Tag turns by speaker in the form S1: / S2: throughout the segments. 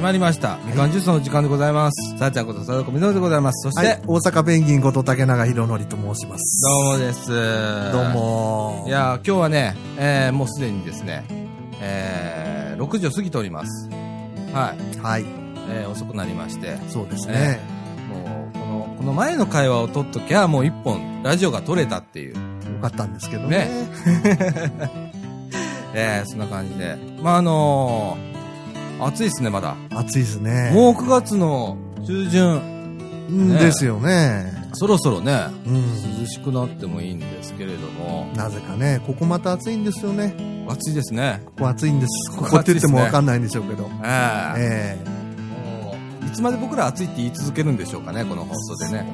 S1: まりました。みかんジュースの時間でございます。さあちゃんことさだこみのるでございます。そして、
S2: はい、大阪ペンギンこと竹永宏典と申します。
S1: どうもです。
S2: どう。も。
S1: い、やー、今日はね、えー、もうすでにですね、えー、6時を過ぎております。はい。
S2: はい、
S1: えー、遅くなりまして、
S2: そうですね。
S1: もう、この、この前の会話を撮っときゃ、もう一本、ラジオが撮れたっていう。
S2: よかったんですけどね。
S1: えー、そんな感じで。まあ、あのー、暑いっすね、まだ。
S2: 暑いですね。
S1: もう9月の中旬、
S2: うん
S1: ね
S2: ですよね。
S1: そろそろね、
S2: うん。
S1: 涼しくなってもいいんですけれども、
S2: なぜかね、ここまた暑いんですよね。
S1: 暑いですね。
S2: ここ暑いんです。
S1: こ
S2: こ
S1: こ
S2: こって言って
S1: 暑
S2: も
S1: いっすね
S2: わかんないんでしょうけど。
S1: えー
S2: え
S1: もういつまで僕ら暑いって言い続けるんでしょうかね、この放送でね。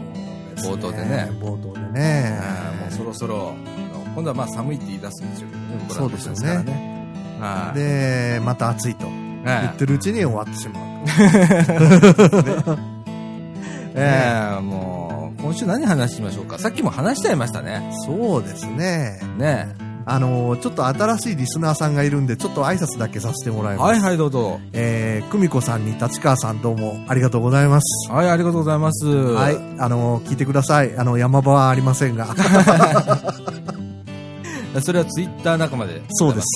S2: え
S1: 冒頭でね。
S2: 冒頭でね
S1: あー。もうそろそろ、あの今度はまあ寒いって言い出すんでしょうけどね、僕ら
S2: そうですよね
S1: からね。はい
S2: で、また暑いと言
S1: え
S2: ってるうちに終わってしまう。
S1: えええもう、今週何話しましょうか。さっきも話しちゃいましたね。
S2: そうですね。
S1: ね
S2: あのちょっと新しいリスナーさんがいるんで、ちょっと挨拶だけさせてもらい
S1: え
S2: ます。
S1: はいはい、どうぞ。
S2: えー、久美子さんに立川さんどうもありがとうございます。
S1: はい、ありがとうございます。
S2: はい、あの、聞いてください。あの、山場はありませんが。
S1: それはツイッター仲間で。
S2: そうで。す。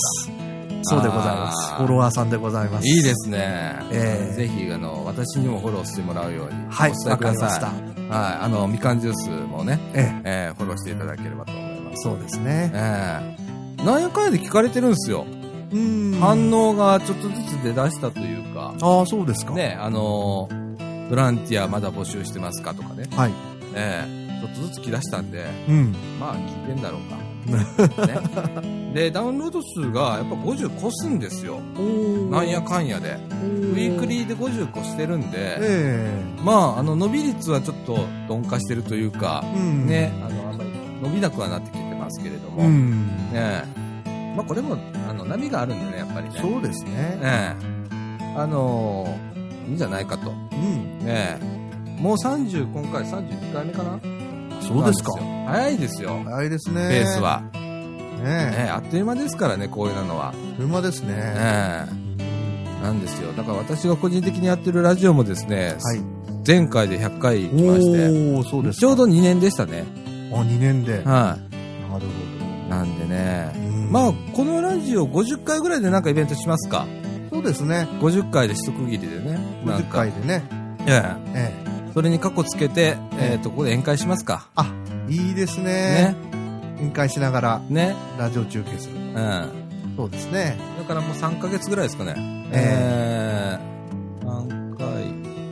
S2: そうでございます
S1: あ。ー
S2: フォロワーさんでございます。
S1: いいですね。
S2: ええ
S1: ぜひ、あの、私にもフォローしてもらうように。
S2: はい
S1: お、伝え
S2: わ
S1: く
S2: か
S1: だ
S2: りまし
S1: さ
S2: た。
S1: い。はい、あの、みかんジュースもね、
S2: え
S1: ええフォローしていただければと思いま
S2: え、
S1: す。
S2: そうですね。
S1: ええ何やかんやで聞かれてるんですよ。
S2: うん
S1: 反応がちょっとずつ出だしたというか、
S2: ああ、そうですか。
S1: ね、あのーボランティアまだ募集してますかとかね、
S2: はい。
S1: ええちょっとずつ来だしたんで、
S2: うん。
S1: まあ聞いてんだろうか。 ね、で、ダウンロード数がやっぱ50越すんですよ。なんやかんやで。
S2: ウ
S1: ウ
S2: ィ
S1: ィークリーで50越してるんで、
S2: え
S1: まあ、あの、伸び率はちょっと鈍化してるというか
S2: え、うん。。
S1: ね、あの、あんまり伸びなくはなってきてますけれども、ね
S2: うん。
S1: えまあこれも、あの、波があるんでね、やっぱりね。
S2: そうですね。
S1: ええあのーいいんじゃないかと。
S2: うん。
S1: ねえもう30、今回32回目かな
S2: そうですか
S1: なんよ早いですよ、
S2: 早いですね。
S1: ペース。は。ね
S2: ね
S1: えあっという間ですからね、こういうのは。
S2: え。車ですね。
S1: ねえなんですよ。だから私が個人的にやってるラジオもですね、
S2: はい。
S1: 前回で100回来まして、
S2: おー、そうですか。
S1: ちょうど2年でしたね。
S2: あ、2年で。な
S1: は
S2: るほど。
S1: い。なんでね。
S2: うん
S1: まあ、このラジオ50回ぐらいでなんかイベントしますか。
S2: そうですね。
S1: 50回で一区切りでね。なん
S2: 50
S1: か
S2: 回でね。
S1: ええ
S2: え
S1: それに過去つけて、えっ、と、ここで宴会しますか。
S2: え、いいですね
S1: ね。
S2: 宴会しながら
S1: ね。
S2: ラジオ中継する
S1: う。ん。だ
S2: そうですね。
S1: からもう3ヶ月ぐらいですかね。え
S2: え
S1: え3回、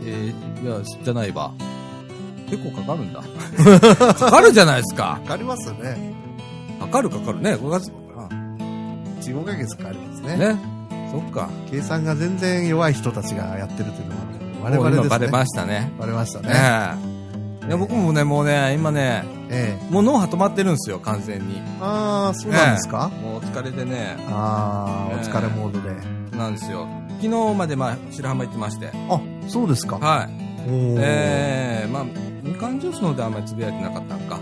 S1: えー、いや、じゃないば。結構かかる んだ。かかるじゃないですか。
S2: かかりますね。
S1: かかるかかるね。5月。
S2: 1、5ヶ月かかりますね。
S1: ね。そっか。
S2: 計算が全然弱い人たちがやってるというのは、我
S1: もう
S2: 々です
S1: 今
S2: ね。
S1: バレましたね。
S2: バレました
S1: え
S2: ね。
S1: えいや、僕もね、もうね、今ね、
S2: ええ。
S1: もう脳波止まってるんですよ、完全に。
S2: ああ、そうなんですか
S1: もう疲れてね、
S2: ああ、お疲れモードで。
S1: なんですよ。昨日まで、まあ、白浜行ってまして。
S2: あ、そうですか。
S1: はい。
S2: おー
S1: ええまあ、みかんジュースの方ではあんまりつぶやいてなかったのか。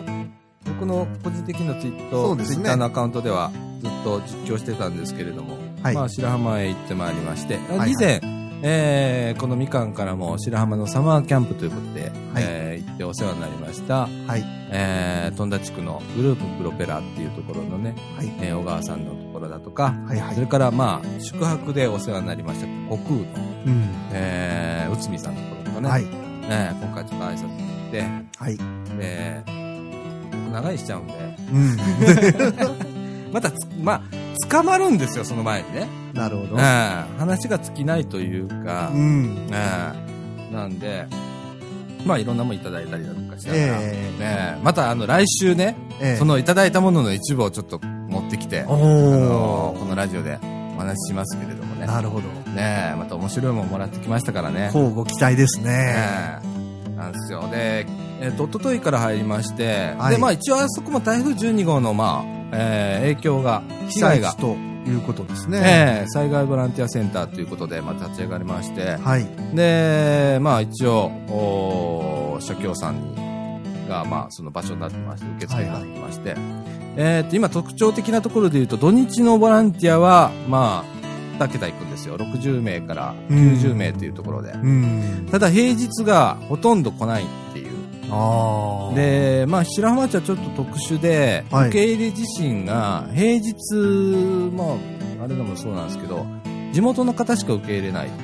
S1: 僕の個人的なツイー
S2: そ
S1: ト、
S2: うです
S1: ツ
S2: ね
S1: イッターのアカウントではずっと実況してたんですけれども、
S2: はい
S1: まあ、白浜へ行ってまいりまして、
S2: いはい
S1: 以前、ええこのみかんからも白浜のサマーキャンプということで、ええ行ってお世話になりました、
S2: はい。
S1: ええ富田地区のグループプロペラっていうところのね、
S2: はい。
S1: ええ小川さんのところだとか、
S2: はいは
S1: そ
S2: い。
S1: れからまあ、宿泊でお世話になりました、国空の、
S2: うん。
S1: ええ内海さんのところとかね、
S2: はい。
S1: ね、今回ちょっと挨拶に行って、
S2: はい。
S1: で、長いしちゃうんで、
S2: うん。
S1: またつ、まあ、捕まるんですよ、その前にね。
S2: なるほ
S1: うん
S2: ど。
S1: 話が尽きないというか
S2: う、ん。
S1: うんなんで、まあ、いろんなもんいただいたりだとかしながら、
S2: え
S1: ね、また、あの、来週ね、
S2: え。ええ
S1: そのいただいたものの一部をちょっと持ってきて、あ
S2: お
S1: の
S2: お、
S1: このラジオでお話ししますけれどもね、
S2: なるほど。
S1: ねまた面白いもんもらってきましたからね。
S2: こうご期待ですね。
S1: ええなんですよ。で、えっ、と、一昨日から入りまして、
S2: はい
S1: で、まあ一応あそこも台風12号の、まあ、えー影響が、
S2: 被
S1: 被害
S2: 災
S1: が
S2: 地、ということですね。
S1: ええ災害ボランティアセンターということで、まあ立ち上がりまして、
S2: はい。
S1: で、まあ一応、おー社協さんが、まあその場所になってまして、受付になってまして、えっ、と、今特徴的なところで言うと、土日のボランティアは、まあ、 2桁いくんですよ。60名から90名というところで。
S2: うん。
S1: ただ平日がほとんど来ないっていう。
S2: ああ。、
S1: で、まあ、白浜町はちょっと特殊で、
S2: はい
S1: 受け入れ自身が平日、まあ、あれでもそうなんですけど、地元の方しか受け入れないって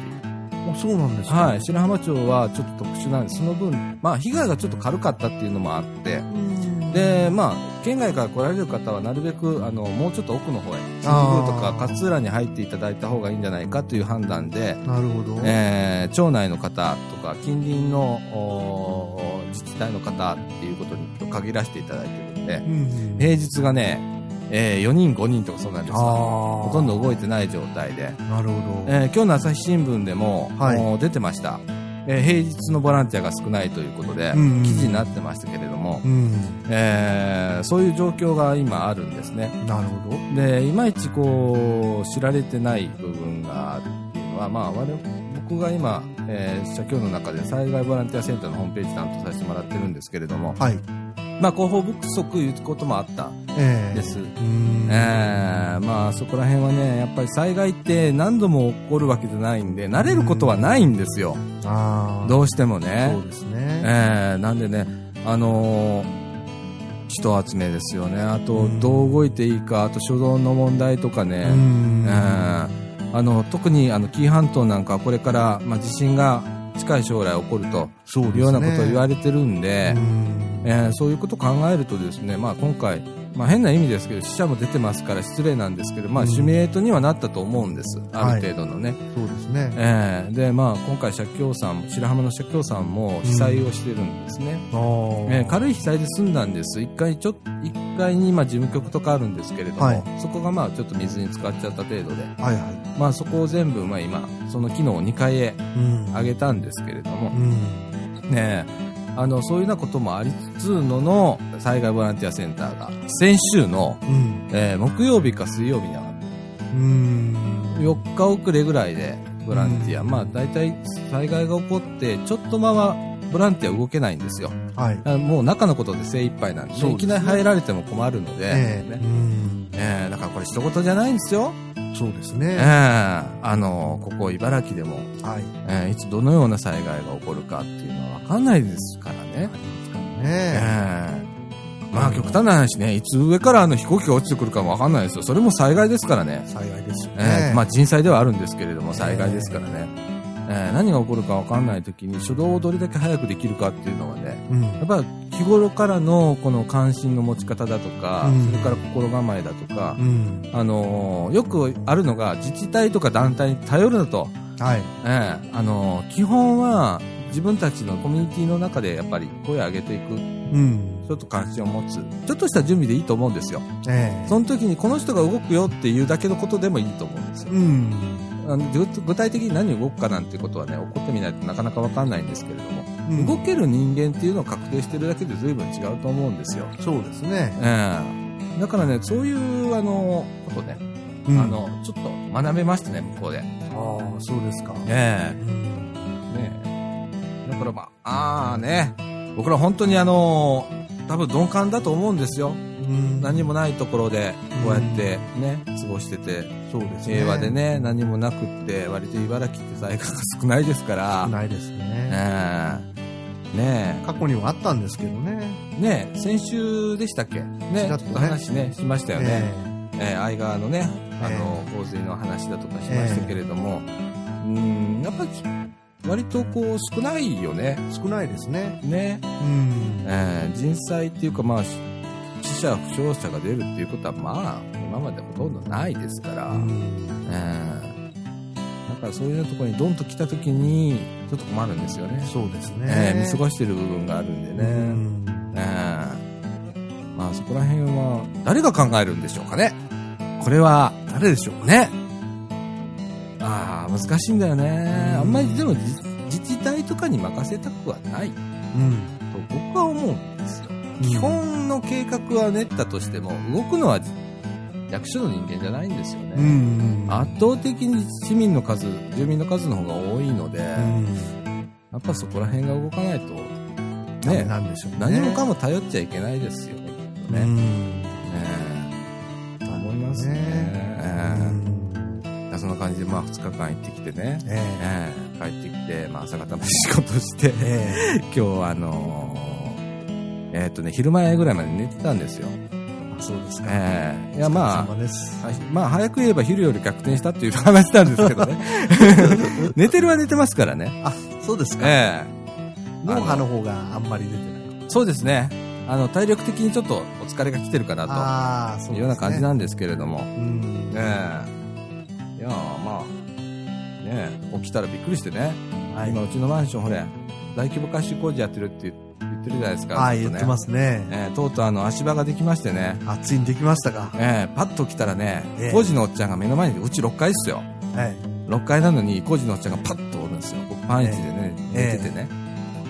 S1: いう。
S2: あそうなんですか。
S1: はい、白浜町はちょっと特殊なんで、その分、まあ、被害がちょっと軽かったっていうのもあって、
S2: うん
S1: で、まあ、県外から来られる方はなるべく、あの、もうちょっと奥の方へ、新宮とか
S2: あー
S1: 勝浦に入っていただいた方がいいんじゃないかという判断で、
S2: なるほど。
S1: えー町内の方とか近隣のおー自治体の方っていうことに限らせていただいてるんで
S2: う、ん。
S1: 平日がね、え4人5人とかそうなんですよ。
S2: あー
S1: ほとんど動いてない状態で。
S2: なるほど。
S1: えー今日の朝日新聞でも、
S2: はい
S1: もう出てました、えー平日のボランティアが少ないということで、
S2: うんうん
S1: 記事になってましたけれども、
S2: うん。
S1: えーそういう状況が今あるんですね
S2: なるほど。
S1: でいまいちこう知られてない部分があるっていうのは、まあ、我々僕が今、えー社協の中で災害ボランティアセンターのホームページ担当させてもらってるんですけれども、
S2: はい。
S1: まあ、広報不足いうこともあったん
S2: ええ
S1: です、
S2: うん。
S1: えーまあそこら辺はねやっぱり災害って何度も起こるわけじゃないんで慣れることはないんですよ、
S2: ああ。
S1: どうしても
S2: そ
S1: ね
S2: う、ですね。
S1: えーなんでねあのー人集めですよねあと
S2: うん
S1: どう動いていいかあと初動の問題とか
S2: う
S1: ね、え
S2: ん。
S1: ーあの特にあの紀伊半島なんかはこれから、まあ、地震が近い将来起こると
S2: そうです
S1: い
S2: ね。
S1: うようなことを言わ
S2: れ
S1: れてるんで、えーそういうことを考えるとですね、まあ、今回、まあ、変な意味ですけど死者も出てますから失礼なんですけど、まあ、
S2: うん
S1: シミュレートにはなったと思うんです、ある程度のね、
S2: そうですね。
S1: えーでまあ、今回社協さん白浜の社協さんも被災をしてるんですね、
S2: ああ。
S1: えー軽い被災で済んだんです1階ちょ一階に今事務局とかあるんですけれども、
S2: はい
S1: そこがまあちょっと水に浸かっちゃった程度で、
S2: はいは
S1: まあ、そこを全部まあ今その機能を2階へ
S2: い。うん。
S1: 上げたんですけれども、
S2: うん。
S1: ねえあのそういうようなこともありつつのの災害ボランティアセンターが先週の、
S2: うん。
S1: えー木曜日か水曜日に上がった
S2: うん。
S1: 4日遅れぐらいでボランティア、まあ大体災害が起こってちょっと間はボランティア動けないんですよ
S2: はい。
S1: あもう中のことで精一杯なんで
S2: そうですね
S1: いきなり入られても困るので、
S2: ええ。
S1: ね
S2: うん。
S1: ええだからこれ一言じゃないんですよ、
S2: そうです
S1: ええ
S2: ね。
S1: あのここ茨城でも、
S2: はい。
S1: ええいつどのような災害が起こるかっていうのは分かんないですからね
S2: ね
S1: ええまあ極端な話ね、いつ上からあの飛行機が落ちてくるかもわかんないですよ。それも災害ですからね
S2: え。。災害ですよ
S1: ええ
S2: ね。
S1: まあ人災ではあるんですけれども、災害ですからね。ええ何が起こるかわかんない時に初動をどれだけ早くできるかっていうのはね、
S2: うん。
S1: やっぱり日頃からのこの関心の持ち方だとか、
S2: うん
S1: それから心構えだとか
S2: う、ん。
S1: あのーよくあるのが自治体とか団体に頼るなと、
S2: はい。
S1: ええあのー基本は自分たちのコミュニティの中でやっぱり声を上げていく
S2: うん。
S1: ちょっと関心を持つ。ちょっとした準備でいいと思うんですよ。
S2: ええ。
S1: その時にこの人が動くよっていうだけのことでもいいと思うんですよ。
S2: うん。
S1: あの具具体的に何動くかなんてことはね、起こってみないとなかなかわかんないんですけれども、
S2: うん
S1: 動ける人間っていうのを確定してるだけで随分違うと思うんですよ。
S2: そうですね。
S1: ええだからね、そういう、あの、ことね、
S2: うん
S1: あ。の、ちょっと学べましたね、向こうで。
S2: ああ、そうですか。
S1: え
S2: うん
S1: えねえだからまあ、ああね、僕ら本当にあの、多分鈍感だと思うんですよ。
S2: うん
S1: 何もないところでこうやってね、過ごしてて
S2: そうですね。
S1: 平和でね何もなくって割と茨城って災害が少ないですから
S2: ないですね。
S1: ねえね
S2: 過去にはあったんですけどね。
S1: えねえ先週でしたっけね
S2: ち
S1: ち
S2: ら
S1: ょっ
S2: っとね
S1: と話ねしましたよね、
S2: え
S1: ええ相川のねあの洪水の話だとかしましたけれども、うんやっぱり割とこう少ないよね
S2: え少ないですね。
S1: ね
S2: う
S1: え
S2: ん。
S1: え人災っていうかまあ死者負傷者が出るっていうことはまあ今までほとんどないですから、
S2: うん
S1: ええだからそういうところにドンと来た時にちょっと困るんですよね、
S2: そうですね。
S1: ええ見過ごしてる部分があるんでね、
S2: うん
S1: ええまあそこら辺は誰が考えるんでしょうかねこれは誰でしょうかねああ難しいんだよねあんまりでもじ自治体とかに任せたくはないと
S2: うん。
S1: 僕は思うんですよ基本の計画は練ったとしても動くのは役所の人間じゃないんですよね、
S2: うん。
S1: 圧倒的に市民の数、住民の数の方が多いので、
S2: う
S1: や
S2: ん。
S1: っぱそこら辺が動かないと、
S2: ダメ
S1: ね、
S2: なんでしょうね。
S1: 何もかも頼っちゃいけないですよね。きっと
S2: う
S1: ね
S2: ん。
S1: ねえと思いますね。
S2: ね
S1: ええ
S2: うん
S1: だからそんな感じで、まあ、2日間行ってきてね。
S2: ええ
S1: ええ帰ってきて、まあ、朝方まで仕事して、
S2: え
S1: 今日はあのーえーっとね、昼前ぐらいまで寝てたんですよ。
S2: えあそうですか。
S1: ええいや、まあ
S2: お、疲 れ様です。
S1: はいまあ、早く言えば昼より逆転したっていう話なんですけど ね。寝てるは寝てますからね。
S2: あ、そうですか。
S1: え
S2: 脳波の方があんまり出てない。
S1: えそうですね。あの、体力的にちょっとお疲れが来てるかな
S2: ああ、
S1: と
S2: そうです
S1: い
S2: ね。
S1: うような感じなんですけれども。
S2: うん。
S1: ええいやーまあ、ねえ起きたらびっくりしてね。
S2: はい
S1: 今、うちのマンション、ほれ、大規模改修工事やってるって言ってるじゃないですか。
S2: はい、
S1: ず
S2: 言
S1: と
S2: っ
S1: ね
S2: てますね。
S1: ええとうとうあの、足場ができましてね。
S2: あ、ついにできましたか。
S1: ええパッと来たらね
S2: ええ、
S1: 工事のおっちゃんが目の前に、うち6階っすよ。
S2: はい。
S1: 6階なのに工事のおっちゃんがパッとおるんですよ。僕パンイチでね、
S2: ええ
S1: 寝ててね。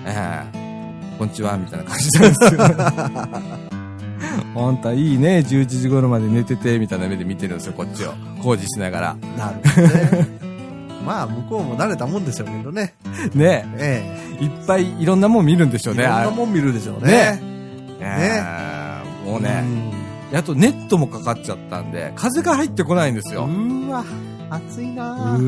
S1: ええこんにちは、みたいな感じなんですよ。 ほんとはいいね、11時頃まで寝てて、みたいな目で見てるんですよ、こっちを。工事しながら。
S2: なるほどね。まあ、向こうも慣れたもんでしょうけどね。
S1: ね
S2: え
S1: いっぱいいろんなもん見るんでし
S2: え。
S1: ょう
S2: い
S1: ね、
S2: ろんな
S1: あ
S2: もん見るでしょうね。
S1: れええもうね。あとネットもかかっちゃったんで、風が入ってこないんです
S2: う
S1: よ。
S2: ん。うーわ、暑いうな
S1: お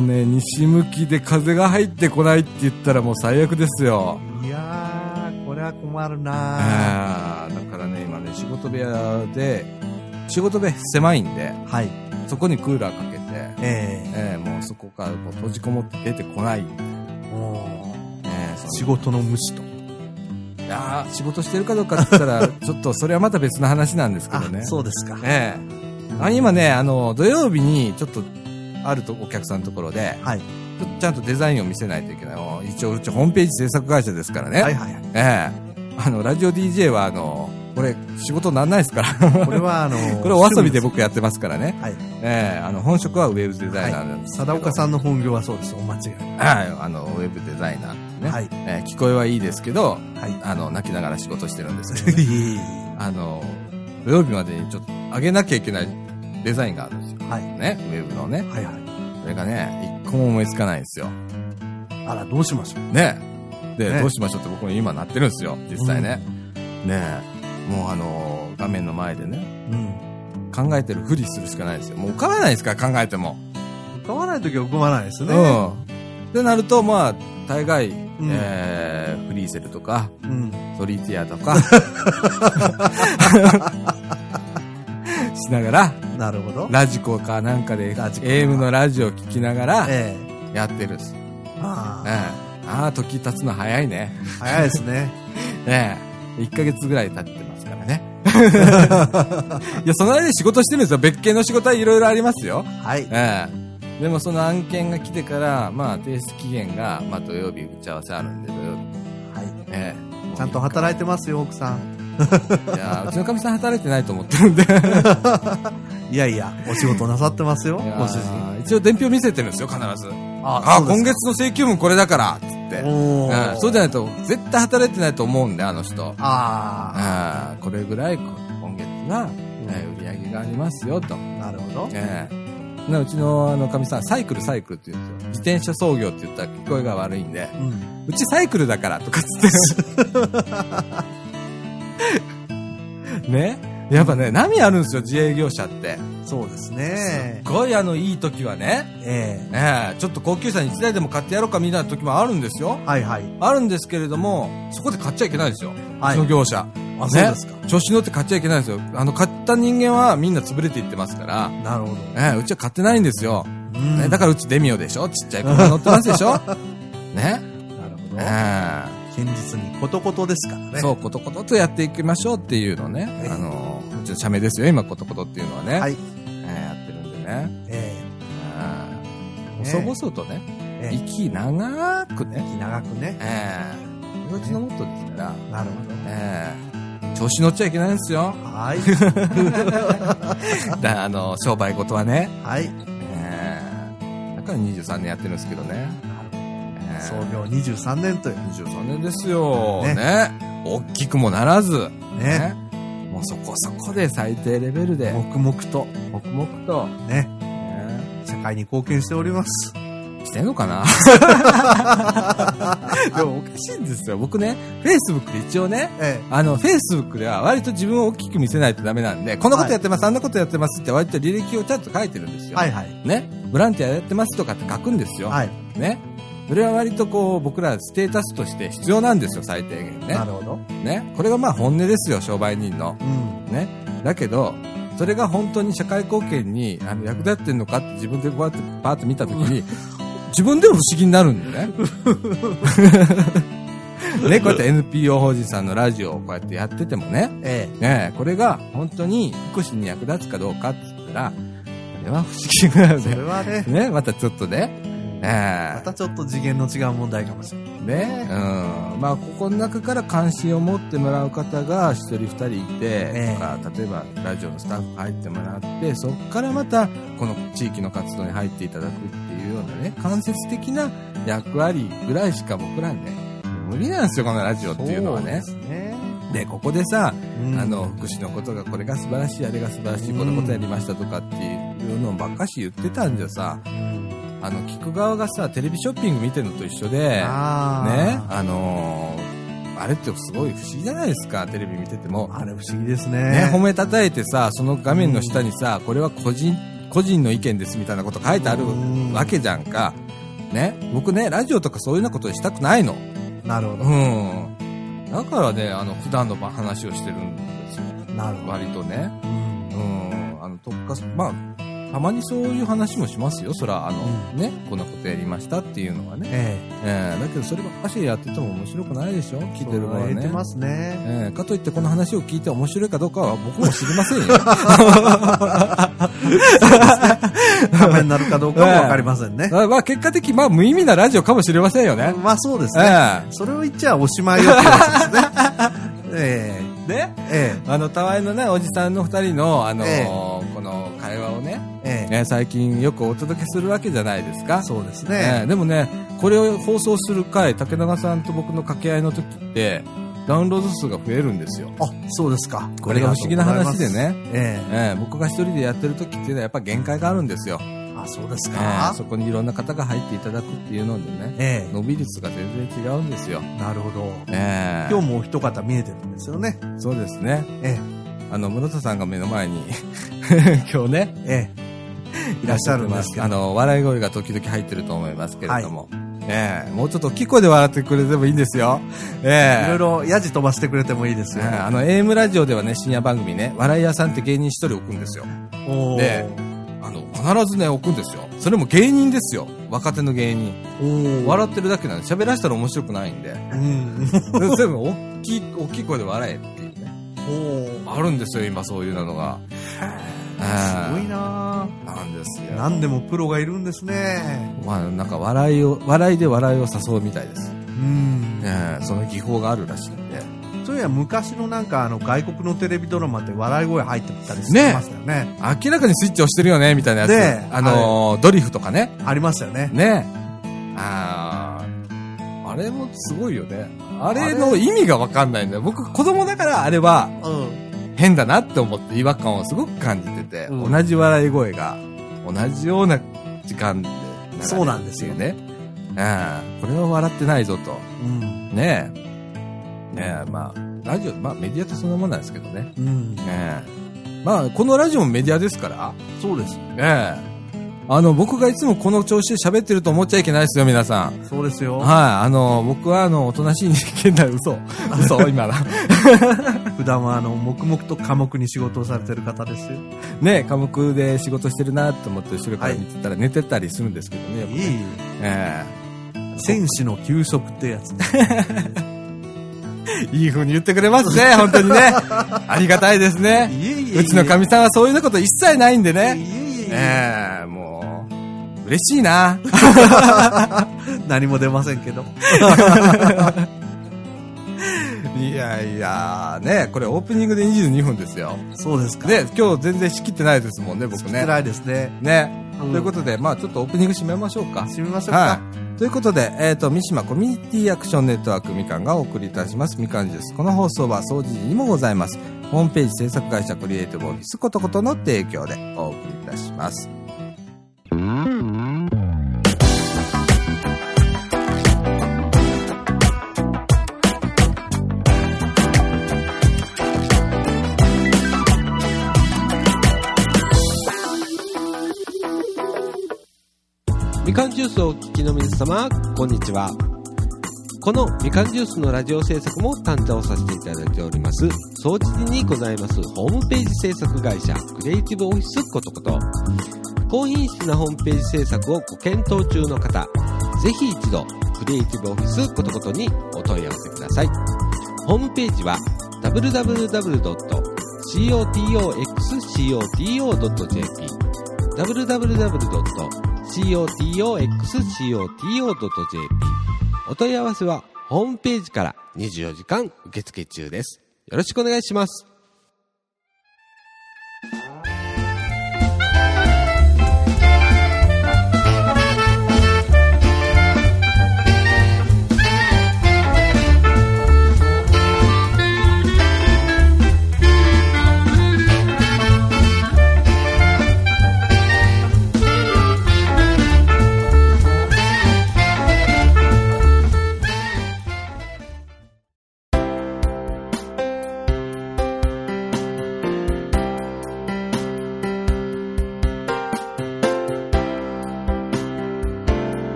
S1: ーね、西向きで風が入ってこないって言ったらもう最悪ですよ。
S2: いやー、これは困るな
S1: あーだからね、今ね、仕事部屋で、仕事部屋狭いんで、
S2: はい。
S1: そこにクーラーかけて、
S2: え
S1: えーもうそこからこう閉じこもって出てこない。
S2: えも
S1: えーそう
S2: 仕事の虫と。
S1: いやー仕事してるかどうかって言 ったら、ちょっとそれはまた別の話なんですけ
S2: あ
S1: ど、ね。
S2: そうですか。
S1: ええあ今ね、あの、土曜日にちょっと、あるとお客さんのところで、
S2: はい。
S1: ちょっとちゃんとデザインを見せないといけない。もう一応、うちホームページ制作会社ですからね。
S2: はいはいはい。
S1: ええあの、ラジオ DJ は、あの、これ、仕事なんないですから。 、
S2: これは、あの
S1: これお遊びで僕やってますからね。
S2: はい。
S1: ええあの、本職はウェブデザイナーなんですけど。
S2: 貞岡さんの本業はそうです。お間違いない。
S1: はい、あの、ウェブデザイナーね。
S2: はい。
S1: ええ聞こえはいいですけど、
S2: はい。
S1: あの、泣きながら仕事してるんですけど、 ね、
S2: は
S1: あの、土曜日までにちょっと上げなきゃいけないデザインがあるんですよ。
S2: い。
S1: ね、ウェブのね。
S2: はいはい。
S1: それがね、一個も思いつかないんですよ。
S2: あら、どうしましょう。
S1: ね。で、
S2: ね
S1: どうしましょうって僕も今なってるんですよ、実際ね。ねもうあの、画面の前でね、
S2: うん。
S1: 考えてるふりするしかないですよ。もう浮かばないですから、考えても。
S2: 買わないときは動かないですね。
S1: うん。ってなると、まあ、大概、
S2: ん
S1: えーフリーセルとか、
S2: うん。
S1: ソリティアと か、しながら、
S2: なるほど。
S1: ラジコかなんかで、
S2: ラジコ
S1: AM のラジオ聞きながら、
S2: え
S1: やってるんです。え
S2: え。あ
S1: えああ、時経つの早いね。
S2: あ、早いです ね。
S1: ええ1ヶ月ぐらい経ってますから ね。いや、その間に仕事してるんですよ。別件の仕事はいろいろありますよ。
S2: はい。
S1: ええでもその案件が来てから、まあ提出期限が、まあ土曜日打ち合わせあるんで、土曜日。
S2: はい。
S1: ええ
S2: ちゃんと働いてますよ、奥さん。
S1: いや、うちのかみさん働いてないと思ってる んで。
S2: いやいや、お仕事なさってますよ、ご主人。
S1: 一応伝票見せてるんですよ、必ず。
S2: あ
S1: あ、今月の請求分これだから、つって。うん
S2: おー
S1: そうじゃないと、絶対働いてないと思うんで、あの人。
S2: あ
S1: あこれぐらい、こ今月は、
S2: あ、
S1: ええ売り上げがありますよ、と。
S2: なるほど。
S1: ええなうちの、あの、かみさん、サイクル、サイクルって言うんですよ。自転車操業って言ったら聞こえが悪いんで。
S2: うん。
S1: うちサイクルだからとかっつって。 ねやっぱね、波あるんですよ、自営業者って。
S2: そうです
S1: すっ
S2: ね。
S1: ごいあの、いい時はね、
S2: え
S1: ええちょっと高級車に1台でも買ってやろうかみたいな時もあるんですよ
S2: え。。はいはい。
S1: あるんですけれども、そこで買っちゃいけないんですよ。
S2: はい
S1: その。業者。
S2: あ、そうですか。
S1: 調子乗って買っちゃいけないんですよ。あの、買った人間はみんな潰れていってますから、
S2: なるほど。
S1: ええうちは買ってないんですよ。
S2: うん
S1: ねだからうちデミオでしょちっちゃい子が乗ってますでし ょね
S2: なるほ
S1: え。
S2: ど
S1: え
S2: 堅実にことことですからね。
S1: そう、ことこととやっていきましょうっていうのね。
S2: い
S1: あの、うちの社名ですよ、今、ことことっていうのはね。
S2: はい。
S1: えーやってるんでね。
S2: え
S1: うん
S2: ね
S1: 細々とね、
S2: えええ
S1: 息長くね、
S2: 息長くね。
S1: ええうちのモットーですから、
S2: なるほど。
S1: ええ調子乗っちゃいけないんです よ。
S2: はい。
S1: だあの、商売事はね。
S2: はい。
S1: ええだから23年やってるんですけどね。ええ
S2: 創業23年という
S1: 23年ですよ。
S2: ね
S1: ね。大きくもならず。
S2: ね。
S1: ね。もうそこそこで最低レベルで。
S2: 黙々と
S1: 黙々と、
S2: ね、 社会に貢献しております。
S1: してんのかなでもおかしいんですよ。僕ね、Facebook で一応ね、
S2: ええ。
S1: あの、Facebook では割と自分を大きく見せないとダメなんで、こんなことやってます、あんなことやってますって割と履歴をちゃんと書いてるんですよ。
S2: はいはい。
S1: ね。ボランティアやってますとかって書くんですよ。
S2: はい。
S1: ね。それは割とこう、僕らステータスとして必要なんですよ、最低限ね
S2: な。るほど。
S1: ね。これがまあ本音ですよ、商売人の。
S2: うん。
S1: ね。だけど、それが本当に社会貢献にあの役立ってんのかって自分でこうやってパーって見たときに、 自分でも不思議になるんだ よね。ね、こうやって NPO 法人さんのラジオをこうやってやっててもね、
S2: え
S1: ねこれが本当に福祉に役立つかどうかって言ったら、あれは不思議なん
S2: え。そ
S1: だ
S2: れ
S1: よ。
S2: はね、
S1: ね、またちょっとね、
S2: ま
S1: ね
S2: たちょっと次元の違う問題かもしれない。
S1: ね、うん。まあ、ここの中から関心を持ってもらう方が一人二人いて、
S2: ええ
S1: とか、例えばラジオのスタッフ入ってもらって、そこからまた、この地域の活動に入っていただくっていうようなね、間接的な役割ぐらいしか僕らね、無理なんですよ、このラジオっていうのはね。
S2: そうですね。
S1: で、ここでさ、
S2: うん
S1: あの、福祉のことがこれが素晴らしい、あれが素晴らしい、こんなことやりましたとかっていうのばっかし言ってたんじゃさ、
S2: うん
S1: あの、聞く側がさ、テレビショッピング見てるのと一緒で、
S2: あー
S1: ね、あのーあれってすごい不思議じゃないですか、テレビ見てても。
S2: あれ不思議ですね。
S1: ね、褒めたたえてさ、その画面の下にさ、これは個人、個人の意見ですみたいなこと書いてある
S2: うん
S1: わけじゃんか。ね、僕ね、ラジオとかそういうようなことしたくないの。
S2: なるほど。
S1: うん。だからね、あの、普段の話をしてるんですよ。
S2: なるほど。
S1: 割とね。
S2: うん
S1: うん。あの、特化、まあ、たまにそういう話もしますよ。そら、あの、
S2: う
S1: ね、こんなことやりましたっていうのはね。
S2: え
S1: ええだけどそればっかしやってても面白くないでしょ
S2: え。
S1: 聞いてる側は
S2: そう言えて
S1: ね。
S2: ますね。
S1: ええかといってこの話を聞いて面白いかどうかは僕も知りませんよ。
S2: ためになるかどうかもわかりませんね。
S1: まあ結果的にまあ無意味なラジオかもしれませんよね。
S2: まあそうです
S1: え
S2: ね。
S1: え
S2: それを言っちゃおしまいよってやつですね。 え
S1: で、
S2: え、え
S1: あの、たわいのないおじさんの二人の、あのー
S2: ええ
S1: この会話をね、
S2: え、ええ。
S1: ね、最近よくお届けするわけじゃないですか。
S2: そうです
S1: え
S2: ね。
S1: えでもね、これを放送する回、竹永さんと僕の掛け合いの時って、ダウンロード数が増えるんですよ。
S2: あ、そうですか。
S1: これが不思議な話でね。
S2: ええ。
S1: ええ僕が一人でやってる時っていうのはやっぱ限界があるんですよ。
S2: あ、そうです
S1: え
S2: か
S1: え。そこにいろんな方が入っていただくっていうのでね、
S2: え
S1: 伸び率が全然違うんですよ。
S2: え。なるほど。
S1: ええ
S2: 今日もお一方見えてるんですよね。
S1: そうですね。
S2: え
S1: あの、室田さんが目の前に、 今日ね、
S2: え、え え。いらっしゃるんですけ
S1: あ
S2: ど。
S1: の、笑い声が時々入ってると思いますけれども。ええもうちょっと大きい声で笑ってくれてもいいんですよ。ええ
S2: いろいろヤジ飛ばしてくれてもいいです
S1: ええ
S2: よ。
S1: あの、AM ラジオではね、深夜番組ね、笑い屋さんって芸人一人置くんですよ。
S2: お
S1: で
S2: ー
S1: あの、必ずね、置くんですよ。それも芸人ですよ。若手の芸人。
S2: おー
S1: 笑ってるだけなんで、喋らせたら面白くないんで。
S2: うん。
S1: 全部大きい、大きい声で笑えっていうね。
S2: おー
S1: あるんですよ、今そういうのが。
S2: すごいな
S1: えーなんですよ。
S2: ぁ。何でもプロがいるんですね。
S1: まあ、なんか笑いを、笑いで笑いを誘うみたいです。
S2: うん
S1: え。えその技法があるらしいんで。
S2: そういや昔のなんかあの外国のテレビドラマって笑い声入ってたりしてましたよね。
S1: 明らかにスイッチ押してるよね、みたいなやつ。
S2: ねえ
S1: あのードリフとかね。
S2: ありましたよね。
S1: ねえ。ああ。あれもすごいよね。あれの意味がわかんないんだよ。僕、子供だからあれは、
S2: うん。
S1: 変だなって思って違和感をすごく感じてて、
S2: うん
S1: 同じ笑い声が同じような時間で流れて
S2: そうなんですよ
S1: ね。うんこれは笑ってないぞと。
S2: うん。
S1: ねえ。ねえ、まあ、ラジオ、まあメディアってそんなもんなんですけどね。
S2: うん。
S1: ねえ。まあ、このラジオもメディアですから、
S2: そうです。
S1: ねえ。あの、僕がいつもこの調子で喋ってると思っちゃいけないですよ、皆さん。
S2: そうですよ。
S1: はい、あの、僕はあの、おとなしい人間だ、 嘘。嘘、今な。
S2: 普段はあの、黙々と寡黙に仕事をされてる方ですよ。
S1: ね、科目で仕事してるなと思って後ろから見てたら寝てたりするんですけどね。やっぱね
S2: いい。
S1: え
S2: 戦士の休息ってやつ。
S1: えいい風に言ってくれますね、 本当にね。ありがたいですね。
S2: いえいえいえ。
S1: うちのかみさんはそういうこと一切ないんで
S2: いえ
S1: ね。
S2: いえいえ。
S1: ええもう、嬉しいな。
S2: 何も出ませんけど。
S1: いやいや、ね、これオープニングで22分ですよ。
S2: そうですか。
S1: で、今日全然仕切ってないですもんね、僕
S2: 少
S1: ね。
S2: ないですね。
S1: ね。
S2: うん
S1: ということで、まあちょっとオープニング締めましょうか。
S2: 閉めましょう
S1: は
S2: か。
S1: い。ということで、えっ、と、三島コミュニティアクションネットワークみかんがお送りいたします。みかんジュース。この放送は掃除時にもございます。ホームページ制作会社クリエイティブオフィスことことの提供でお送りいたします。
S3: みかんジュースをお聞きの皆様、こんにちは。このみかんジュースのラジオ制作も担当させていただいております、総知事にございますホームページ制作会社、クリエイティブオフィスことこと。高品質なホームページ制作をご検討中の方、ぜひ一度、クリエイティブオフィスことことにお問い合わせください。ホームページは www.cotoxcoto.jp www.cotoxcoto.jp お問い合わせはホームページから24時間受付中です。よろしくお願いします。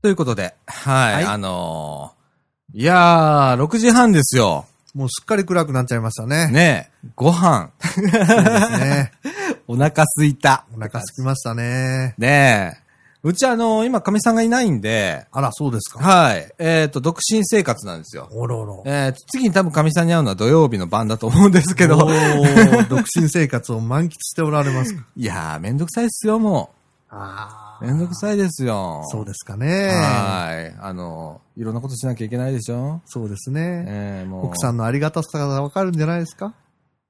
S1: ということで、はい、
S2: はい
S1: あのー、いやー、6時半です よ。
S2: もうすっかり暗くなっちゃいましたね。
S1: ねえ、ご飯、
S2: ですね。
S1: お腹すいた。
S2: お腹すきましたね。
S1: ねえ。うちあのー、今、かみさんがいないんで、
S2: あら、そうですか。
S1: はい。えっ、と、独身生活なんですよ。
S2: おろろ。
S1: えー、次に多分かみさんに会うのは土曜日の晩だと思うんですけ
S2: お
S1: ど。
S2: ー 独身生活を満喫しておられますか。
S1: いやー、めんどくさいっすよ、も
S2: あ
S1: う。めんどくさいですよ。
S2: そうですか
S1: ね
S2: ね。
S1: はーい。あのー、いろんなことしなきゃいけないでしょ
S2: そうですね。
S1: えー、もう。
S2: 奥さんのありがたさがわかるんじゃないですか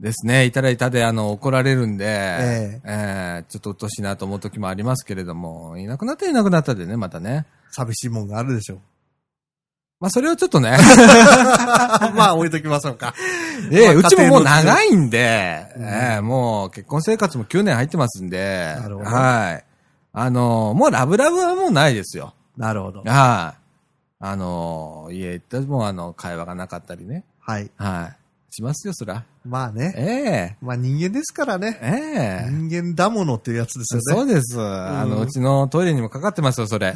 S1: ですね。いたらいたで、あの、怒られるんで、え
S2: え
S1: えちょっと鬱陶しいなと思う時もありますけれども、いなくなったらいなくなったでね、またね。
S2: 寂しいもんがあるでしょう。
S1: まあ、それをちょっとね、
S2: まあ、置いときましょうか。
S1: ええ
S2: まあ
S1: うちももう
S2: 家庭の事情
S1: 長いんで、ええもう結婚生活も9年入ってますんで、
S2: なるほど
S1: はい。あの、もうラブラブはもうないですよ。
S2: なるほど。
S1: はい。あの、家行ってもあの、会話がなかったりね。
S2: はい。
S1: はい。しますよ、そら。
S2: まあね。
S1: え
S2: まあ人間ですからね
S1: え。ええ
S2: 人間だものっていうやつですよ
S1: そ
S2: ね。
S1: うです。あの、うちのトイレにもかかってますよ、 それ。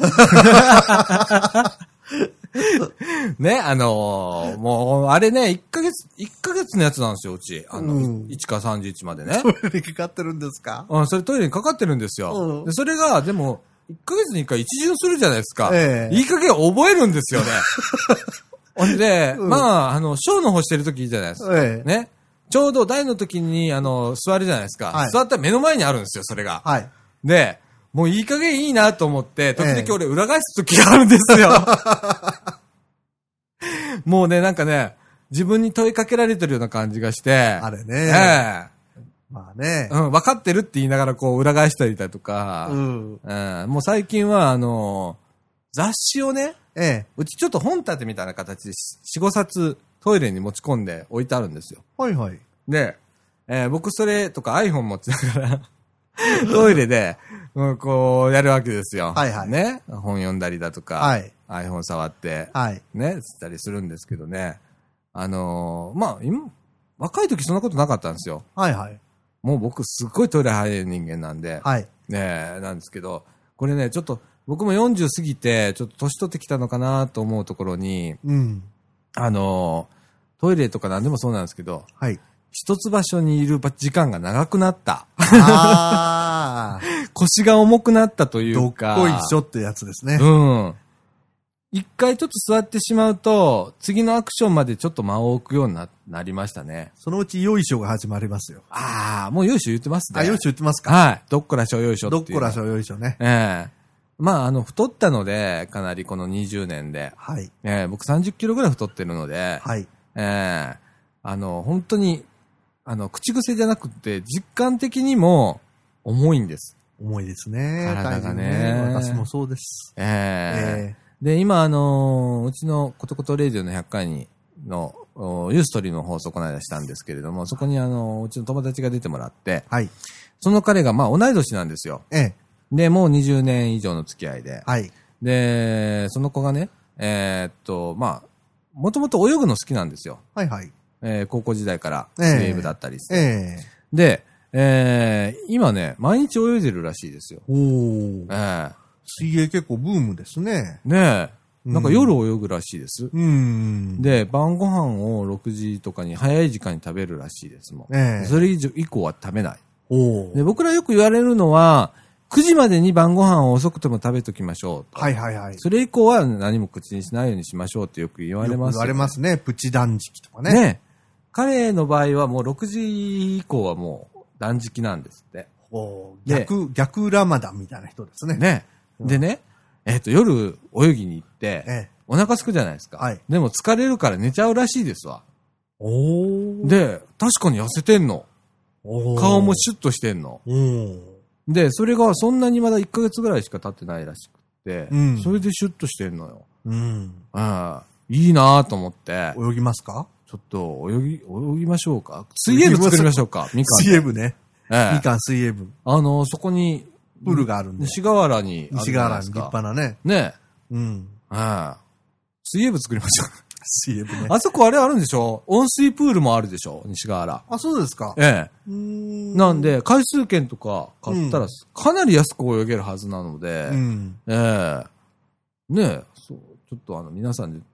S1: ね、あのーもう、あれね、1ヶ月、一ヶ月のやつなんですよ、うち。あの、
S2: うん
S1: 1から31までね。
S2: それにかかってるんですか
S1: うん、それトイレにかかってるんですよ。
S2: うん
S1: でそれが、でも、1ヶ月に1回一巡するじゃないですか。
S2: ええ
S1: いい加減覚えるんですよ ね。ほんで、
S2: うん
S1: まあ、あの、ショーの方してる時じゃないですか。
S2: ええ
S1: ね。ちょうど台の時に、あの、座るじゃないですか。
S2: はい
S1: 座ったら目の前にあるんですよ、それが。
S2: はい。
S1: で、もういい加減いいなと思って、時々俺裏返す時があるんです よ。もうね、なんかね、自分に問いかけられてるような感じがして、
S2: あれ
S1: え
S2: ね。
S1: え
S2: まあね。
S1: うん、分かってるって言いながらこう裏返したりだとか、
S2: うん。
S1: うんもう最近はあの、雑誌をね、
S2: ええ。
S1: うちちょっと本立てみたいな形で4、5冊トイレに持ち込んで置いてあるんですよ。
S2: はいはい。
S1: で、えー僕それとか iPhone 持ちなが ら、トイレで、うん、こうやるわけですよ。
S2: はいはい
S1: ね。本読んだりだとか、
S2: はい。
S1: iPhone 触って、
S2: はい。
S1: ね、したりするんですけどね。あのーまあ、今、若い時そんなことなかったんですよ。
S2: はいはい。
S1: もう僕すっごいトイレ早い人間なんで、
S2: はい。
S1: ね、なんですけど、これね、ちょっと、僕も40過ぎて、ちょっと年取ってきたのかなと思うところに、
S2: うん。
S1: あのートイレとか何でもそうなんですけど、
S2: はい。
S1: 一つ場所にいる時間が長くなった。
S2: ああ。
S1: 腰が重くなったとい
S2: ど
S1: う
S2: っ
S1: か。
S2: こいしょってやつですね。
S1: うん。一回ちょっと座ってしまうと、次のアクションまでちょっと間を置くようにななりましたね。
S2: そのうち、よいしょが始まりますよ。
S1: ああ、もうよいしょ言ってますね。
S2: あ、よいしょ言ってますか
S1: はい。どっこらしょよいしょってい
S2: ど
S1: う
S2: っこらしょよいしょね。
S1: ええまあ、あの、太ったので、かなりこの20年で。
S2: はい。
S1: ええ僕30キロぐらい太ってるので、
S2: はい。
S1: ええあの、本当に、あの、口癖じゃなくて、実感的にも重いんです。
S2: 重いですね。
S1: 体がね
S2: 体重私もそうです。
S1: ええ
S2: ええ。
S1: で、今、あのーうちのコトコトレディオの100回にの、おユーストリームの放送この間したんですけれども、そこにあの、うちの友達が出てもらって、
S2: はい。
S1: その彼がまあ同い年なんですよ。
S2: ええ。
S1: で、もう20年以上の付き合いで。
S2: はい。
S1: で、その子がね、えーっと、まあ、もともと泳ぐの好きなんですよ。
S2: はいはい。
S1: えー高校時代から
S2: ええ
S1: 水泳部だったりして。
S2: え
S1: で、えー今ね、毎日泳いでるらしいですよ。
S2: え。おお
S1: え。ー
S2: 水泳結構ブームですね。
S1: ねえ。
S2: うん
S1: なんか夜泳ぐらしいです。
S2: うーん。、
S1: で、晩ご飯を6時とかに早い時間に食べるらしいですもん。
S2: ええ。
S1: それ以上以降は食べない。
S2: おお
S1: で、僕らよく言われるのは、9時までに晩ご飯を遅くとも食べときましょうと。
S2: はいはいはい。
S1: それ以降は何も口にしないようにしましょうってよく言われます、
S2: よく言われますね。プチ断食とか
S1: ね。
S2: ね。
S1: 彼の場合はもう6時以降はもう断食なんですって。
S2: おー
S1: で
S2: 逆、逆ラマダンみたいな人ですね。。
S1: ね。
S2: うん
S1: でね、えっ、と、夜泳ぎに行って、
S2: ええ。
S1: お腹空くじゃないですか。
S2: はい
S1: でも疲れるから寝ちゃうらしいですわ。
S2: お
S1: で、確かに痩せてんの。
S2: お
S1: 顔もシュッとしてんの。
S2: おお
S1: で、それがそんなにまだ1ヶ月ぐらいしか経ってないらしくって、
S2: うん
S1: それでシュッとしてんのよ。
S2: うん。
S1: うん。いいなぁと思って、
S2: 泳ぎますか
S1: ちょっと泳ぎ、泳ぎましょうか。水泳部作りましょうか。みかん。
S2: 水泳部ね。
S1: え
S2: み
S1: え
S2: かん水泳部。
S1: あの、そこに、
S2: プールがあるんで。
S1: 西河原にあるじ
S2: 西
S1: ゃ
S2: 側
S1: ない
S2: 原
S1: で
S2: に
S1: す
S2: 立
S1: か。
S2: 派なね。
S1: ね
S2: うん。
S1: え。うん水泳部作りましょう。
S2: 水泳部ね。
S1: あそこあれあるんでしょ温水プールもあるでしょ西河原。
S2: あ、そうですか。
S1: ええ。
S2: うーん
S1: なん、で、回数券とか買った
S2: う
S1: ら、かなり安く泳げるはずなので、
S2: うん。
S1: ええねえ、そう、ちょっとあの、皆さんで、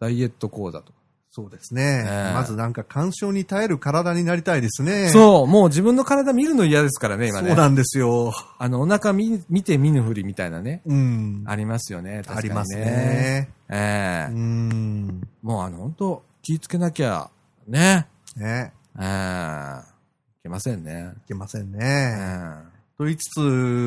S1: ダイエット講座とか。
S2: そうですね。
S1: ええ
S2: まずなんか干渉に耐える体になりたいですね。う。
S1: そう、もう自分の体見るの嫌ですからね、
S2: そ
S1: 今
S2: う
S1: ね。
S2: なんですよ。
S1: あの、お腹見見て見ぬふりみたいなね。
S2: うん。
S1: ありますよね、確
S2: あ
S1: かに、
S2: り
S1: ね。
S2: ます。ね。
S1: え
S2: う
S1: え
S2: ん。
S1: もうあの、本当気ぃつけなきゃ、ね。
S2: ね。
S1: ええいけませんね。
S2: いけません
S1: ええ
S2: ね。と言いつつ、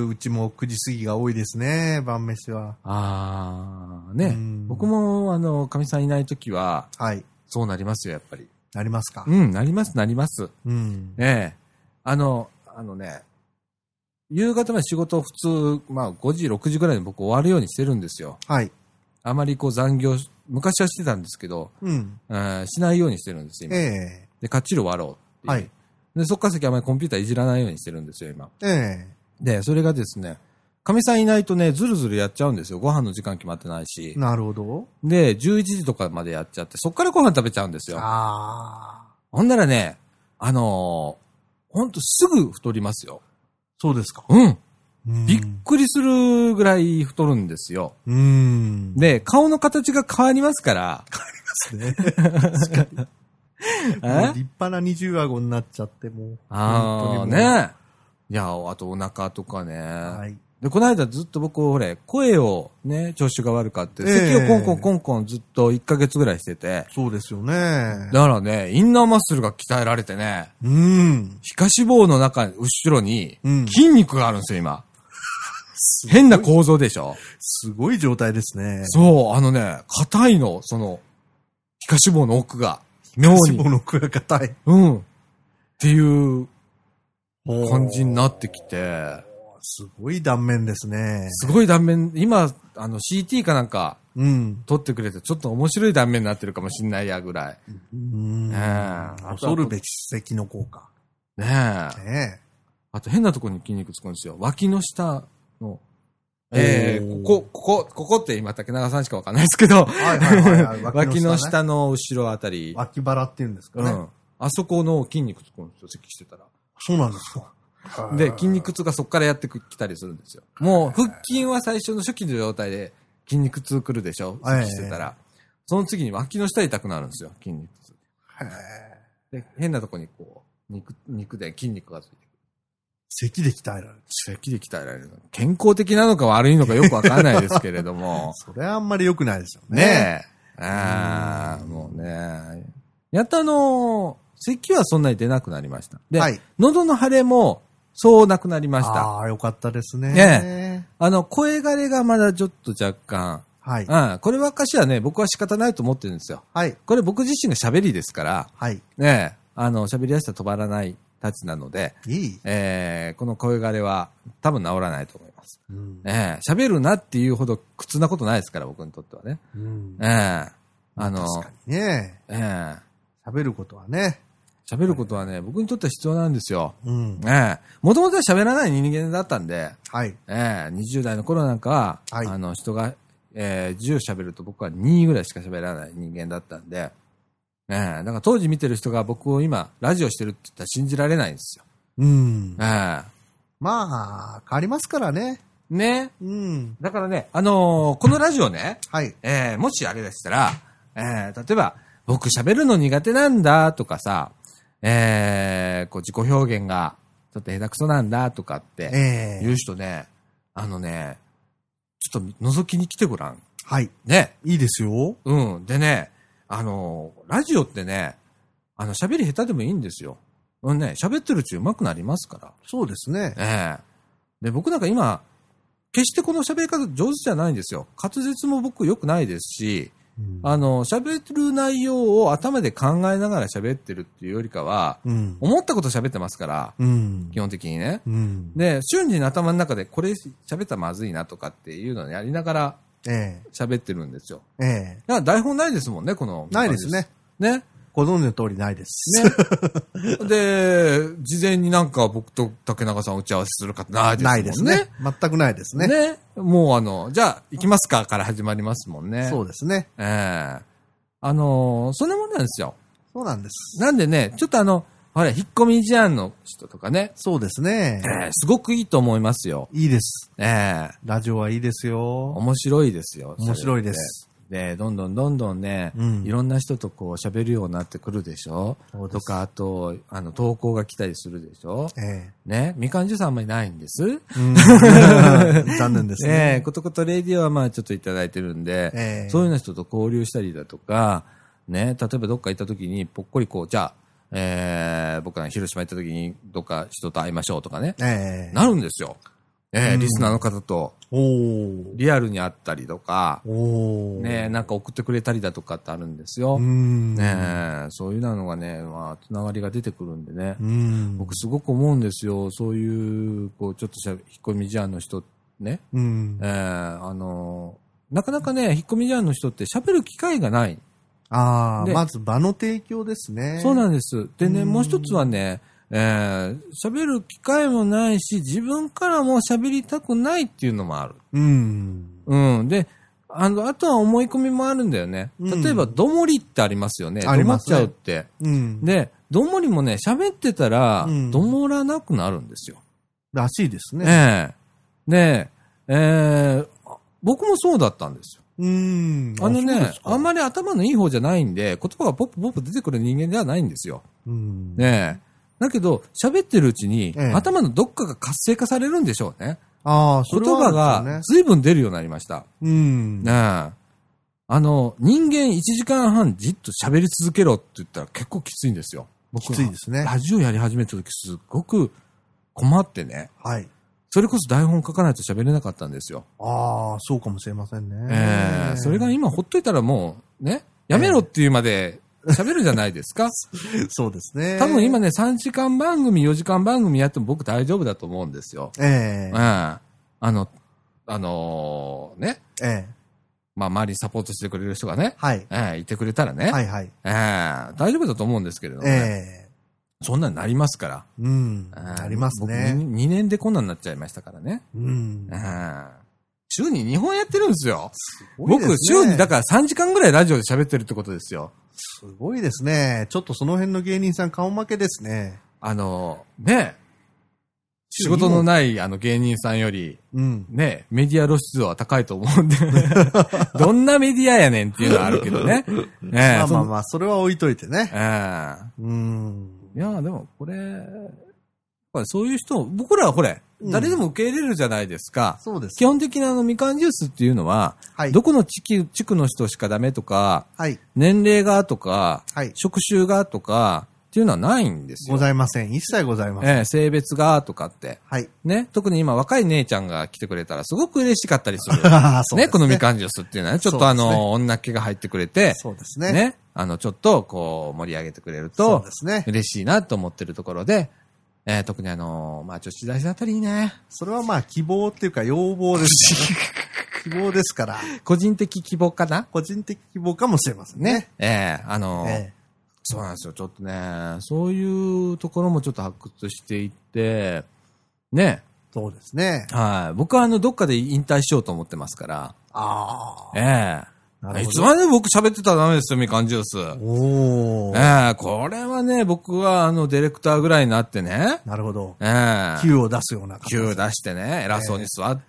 S2: うちも9時過ぎが多いですね、晩飯は。
S1: ああ、ね、
S2: うん
S1: 僕も、あの、かみさんいないときは、
S2: はい。
S1: そうなりますよ、やっぱり。
S2: なりますか。
S1: うん、なります、なります。
S2: うん。
S1: ええあの、あのね、夕方まで仕事を普通、まあ5時、6時ぐらいに僕終わるようにしてるんですよ。
S2: はい。
S1: あまりこう残業し、昔はしてたんですけど、
S2: うん。
S1: えーしないようにしてるんです、今。
S2: え
S1: で、かっちり終わろうっていう。
S2: はい
S1: で、そっから先あまりコンピューターいじらないようにしてるんですよ、今。
S2: え。え
S1: で、それがですね、かみさんいないとね、ずるずるやっちゃうんですよ。ご飯の時間決まってないし
S2: え。。なるほど。
S1: で、11時とかまでやっちゃって、そっからご飯食べちゃうんですよ。
S2: ああ。
S1: ほんならね、あのーほんとすぐ太りますよ。
S2: そうですか。
S1: うん。
S2: うん
S1: びっくりするぐらい太るんですよ。
S2: うん。
S1: で、顔の形が変わりますから、
S2: すね。
S1: え
S2: もう立派な二重顎になっちゃって、もう。
S1: ああ、
S2: 本当にもう。
S1: ね。いや、あとお腹とかね。
S2: はい。
S1: で、この間ずっと僕、ほれ、声をね、調子が悪かって、
S2: ええ
S1: 咳をコンコンコンコンずっと1ヶ月ぐらいしてて、
S2: そうですよね。
S1: だからね、インナーマッスルが鍛えられてね、
S2: うん。
S1: 皮下脂肪の中、後ろに
S2: うん
S1: 筋肉があるんですよ、今。 変な構造でしょ
S2: すごい状態ですね。
S1: そう、あのね、硬いの、その、皮下脂肪の奥が、妙
S2: 脂
S1: に
S2: 肪。の奥が硬い。
S1: うん。っていう感じに
S2: っ
S1: なってきて、
S2: すごい断面ですね。
S1: すごい断面、今、あの CT かなんか
S2: うん。
S1: 撮ってくれて、ちょっと面白い断面になってるかもしんないやぐらい。
S2: うん
S1: ねえあとは
S2: 恐るべき史跡の効果。
S1: ねえ。
S2: ね
S1: あと変なところに筋肉つくんですよ。脇の下の、
S2: おー
S1: えー、ここ、ここ、ここって今竹中さんしかわかんないですけど、
S2: え。はいはいはい。
S1: 脇の
S2: ね。
S1: 下の後ろあたり、
S2: 脇腹っていうんですか
S1: う
S2: ね。
S1: ん。あそこの筋肉つくんですよ、咳してたら。
S2: そうなんですか。
S1: で、筋肉痛がそこからやってきたりするんですよ。もう、腹筋は最初の初期の状態で筋肉痛来るでしょ
S2: は
S1: 意
S2: い
S1: 識してたら。その次に脇の下痛くなるんですよ、筋肉痛。
S2: へえ。
S1: で、変なとこにこう、肉、肉で筋肉がついてくる。
S2: 咳で鍛えられる。。
S1: 咳で鍛えられる。健康的なのか悪いのかよくわかんないですけれども
S2: それはあんまり良くないですよ ね。
S1: ねえ。ああ、もうね。やっとあのー、咳はそんなに出なくなりました。で、
S2: はい。
S1: 喉の腫れも、そうなくなりました。
S2: ああ、よかったですね。
S1: ねあの、声枯れがまだちょっと若干、
S2: はい。
S1: うん、こればっかしはね、僕は仕方ないと思ってるんですよ。
S2: はい。
S1: これ僕自身が喋りですから、
S2: はい。
S1: ねえ、あの、喋り出したら止まらないたちなので、
S2: いい。
S1: えー、この声枯れは多分治らないと思います。
S2: うん
S1: ええ、喋るなっていうほど苦痛なことないですから、僕にとってはね。
S2: うん
S1: ええ、あの、
S2: 確かにね。
S1: ええ
S2: 喋ることはね。
S1: 喋ることはね、僕にとっては必要なんですよ。
S2: うん。
S1: ええもともとは喋らない人間だったんで、
S2: はい。
S1: ええ20代の頃なんかは、
S2: はい
S1: あの、人が、ええ10喋ると僕は2ぐらいしか喋らない人間だったんで、ええだから当時見てる人が僕を今、ラジオしてるって言ったら信じられないんですよ。
S2: うん
S1: え。え
S2: まあ、変わりますからね。
S1: ね。
S2: うん。
S1: だからね、あのーこのラジオね、
S2: はい。
S1: ええもしあれでしたら、ええ例えば、僕喋るの苦手なんだとかさ、ええこう自己表現がちょっと下手くそなんだとかって、
S2: ええ
S1: 言う人ね、あのね、ちょっと覗きに来てごらん。
S2: はい。
S1: ね。
S2: いいですよ。
S1: うん。でね、あの、ラジオってね、あの、喋り下手でもいいんですよ。うんね、喋ってるうち上手くなりますから。
S2: そうですね。
S1: ええで、僕なんか今、決してこの喋り方上手じゃないんですよ。滑舌も僕良くないですし、
S2: うん
S1: あの、喋る内容を頭で考えながら喋ってるっていうよりかは、
S2: うん。
S1: 思ったこと喋ってますから、
S2: うん
S1: 基。本的にね。
S2: うん。
S1: で、瞬時に頭の中でこれ喋ったらまずいなとかっていうのをやりながら
S2: ええ
S1: 喋ってるんですよ。
S2: ええ
S1: だから台本ないですもんね、この。
S2: ないですね。
S1: ね。
S2: ご存知の通りないです。
S1: ね。で、事前になんか僕と竹中さん打ち合わせするかないですもんね。
S2: ないですね。全くないですね。
S1: ね。もうあの、じゃあ行きますかから始まりますもんね。
S2: そうですね。
S1: ええあのーそんなもんなんですよ。
S2: そうなんです。
S1: なんでね、ちょっとあの、ほら、引っ込み思案の人とかね、
S2: そうですね
S1: え。えすごくいいと思いますよ。
S2: いいです。
S1: ええ
S2: ラジオはいいですよ。
S1: 面白いですよ。
S2: 面白いです。
S1: で、どんどんどんどんね、
S2: うん
S1: いろんな人とこう喋るようになってくるでしょ
S2: そうで
S1: と
S2: す
S1: か、あと、あの、投稿が来たりするでしょ
S2: え
S1: ね、みかんじゅさんあんまりないんです。
S2: え 残念ですね。
S1: ね、ことことレディオはまあちょっといただいてるんで、
S2: ええ
S1: そういうような人と交流したりだとか、ね、例えばどっか行った時にぽっこりこう、じゃあ、えー、僕ら広島行った時にどっか人と会いましょうとかね、
S2: ええ
S1: なるんですよ。ええ
S2: うん
S1: リスナーの方と
S2: おー
S1: リアルに会ったりとか、
S2: おー
S1: ね、なんか送ってくれたりだとかってあるんですよ。
S2: うん。
S1: ねえ、そういうのがね、まあ、つながりが出てくるんでね
S2: う、ん。
S1: 僕すごく思うんですよ、そういう、こう、ちょっとしゃ引っ込み思案の人、ね、
S2: うん
S1: ええ。あの、なかなかね、引っ込み思案の人って喋る機会がない。
S2: ああ、
S1: で
S2: まず場の提供ですね。
S1: そうなんんです。でね、
S2: うん
S1: もう一つはね、ええ喋る機会もないし、自分からも喋りたくないっていうのもある。
S2: うん。
S1: うん。で、あの、あとは思い込みもあるんだよね。
S2: うん
S1: 例えば、どもりってありますよね。
S2: ありますね
S1: どもっちゃうって。
S2: うん。
S1: で、どんもりもね、喋ってたら
S2: う、ん
S1: どもらなくなるんですよ。
S2: らしいですね。
S1: ええで、えー僕もそうだったんですよ。
S2: うん。
S1: あのね、あんま
S2: ま、
S1: り頭のいい方じゃないんで、言葉がポップポップ出てくる人間ではないんですよ。
S2: うん。
S1: ねえ。だけど、喋ってるうちに、
S2: ええ
S1: 頭のどっかが活性化されるんでしょうね。
S2: ああ、そ
S1: 言
S2: れは
S1: 葉
S2: あるん
S1: が
S2: です
S1: 随分出るようになりました。
S2: よね。うん。
S1: ねえ。あの、人間1時間半じっと喋り続けろって言ったら結構きついんですよ。僕
S2: き
S1: は
S2: ついですね。
S1: ラジオやり始めた時すっごく困ってね、
S2: はい。
S1: それこそ台本書かないと喋れなかったんですよ。
S2: ああ、そうかもしれませんね。
S1: えーそれが今ほっといたらもう、ね、やめろっていうまで喋るじゃないですか。
S2: そうですね。
S1: 多分今ね、3時間番組、4時間番組やっても僕大丈夫だと思うんですよ。
S2: ええ
S1: うん。あの、あのーね、
S2: ええ
S1: まあ周りにサポートしてくれる人がね、
S2: はい。
S1: えーいてくれたらね、
S2: はいはい。
S1: えー大丈夫だと思うんですけれども
S2: え
S1: ね、
S2: え
S1: そんなんなりますから。
S2: うん。
S1: えー
S2: ありますね。
S1: 僕2年でこんなんなっちゃいましたからね。
S2: うん。
S1: うん週に2本やってるんですよ。
S2: ごいですね
S1: 僕、週にだから3時間ぐらいラジオで喋ってるってことですよ。
S2: すごいですね。ちょっとその辺の芸人さん顔負けですね。
S1: あの、ねえ仕事のないあの芸人さんより、
S2: うん。
S1: ねえメディア露出度は高いと思うん で、どんなメディアやねんっていうのはあるけど ね。ね
S2: ま
S1: え
S2: あまあ
S1: その
S2: まあ、それは置いといてね。
S1: うん
S2: うん。
S1: いや、でもこれ、やっぱりそういう人、僕らはこれ、
S2: うん
S1: 誰でも受け入れるじゃないですか。
S2: そうです。
S1: 基本的なあのみかんジュースっていうのは、
S2: はい。
S1: どこの地区地区の人しかダメとか、
S2: はい。
S1: 年齢がとか、
S2: はい。
S1: 職種がとか、っていうのはないんです
S2: ご
S1: よ。
S2: ざいません。一切ございません。
S1: ええ、性別がとかって。
S2: はい。
S1: ね。特に今若い姉ちゃんが来てくれたらすごく嬉しかったりする。
S2: ああ、 そうです
S1: ね。このみかんジュースっていうのはね、ちょっとあ
S2: そうです
S1: の、女っ気が入ってくれて、
S2: そうですね。
S1: ね。あの、ちょっとこう盛り上げてくれる
S2: そう
S1: と
S2: で、すね。
S1: 嬉しいなと思ってるところで、えー特にあのーまあ、女子大生あたりにね、
S2: それはまあ、希望っていうか、要望ですね。希望ですから、
S1: 個人的希望かな
S2: 個人的希望かもしれませんね
S1: ね。。ええあの、
S2: ええ
S1: そうなんですよ。ちょっとね、そういうところもちょっと発掘していって、ね、
S2: そうですね。
S1: はい。僕はあの、どっかで引退しようと思ってますから、
S2: ああ。
S1: ええ
S2: なる
S1: い
S2: ほ
S1: つ
S2: ど。
S1: まで僕喋ってたらダメですよ、みかんジュース。
S2: おお、
S1: ええこれはね、僕はあの、ディレクターぐらいになってね、
S2: なるほど。
S1: ええ
S2: Q を出すような形。
S1: 9出してね、偉そうに座っ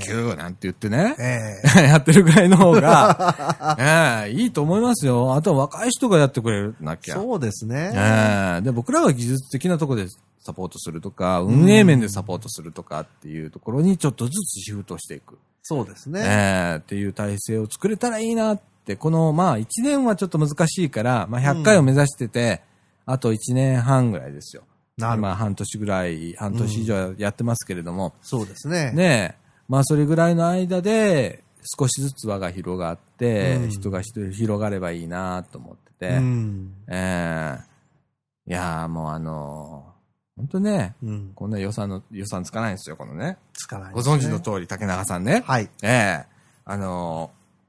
S1: て、
S2: え
S1: Q なんて言ってね、
S2: ええ
S1: やってるぐらいの方 が、ええいいと思いますよ。あとは若い人がやってくれなきゃ。
S2: そうですね。
S1: ええで、僕らが技術的なところでサポートするとか、運営面でサポートするとかっていうところにちょっとずつシフトしていく。
S2: そうです
S1: え
S2: ね。
S1: えっていう体制を作れたらいいなって、この、まあ、1年はちょっと難しいから、まあ、100回を目指してて、あと1年半ぐらいですよ。
S2: なるほ
S1: ま
S2: ど。
S1: あ、半年ぐらい、半年以上やってますけれども、
S2: そうですね。
S1: ねえ、まあそれぐらいの間で、少しずつ輪が広がって、
S2: うん
S1: 人が一人広がればいいなと思ってて、
S2: うん。
S1: ええいやーもうあのー、本当ね、
S2: うん。
S1: こんな予算の、予算つかないんですよ、このね。
S2: つかない
S1: ご
S2: です
S1: 存
S2: ね、
S1: 知の通り、竹中さんね。
S2: はい。
S1: ええあのー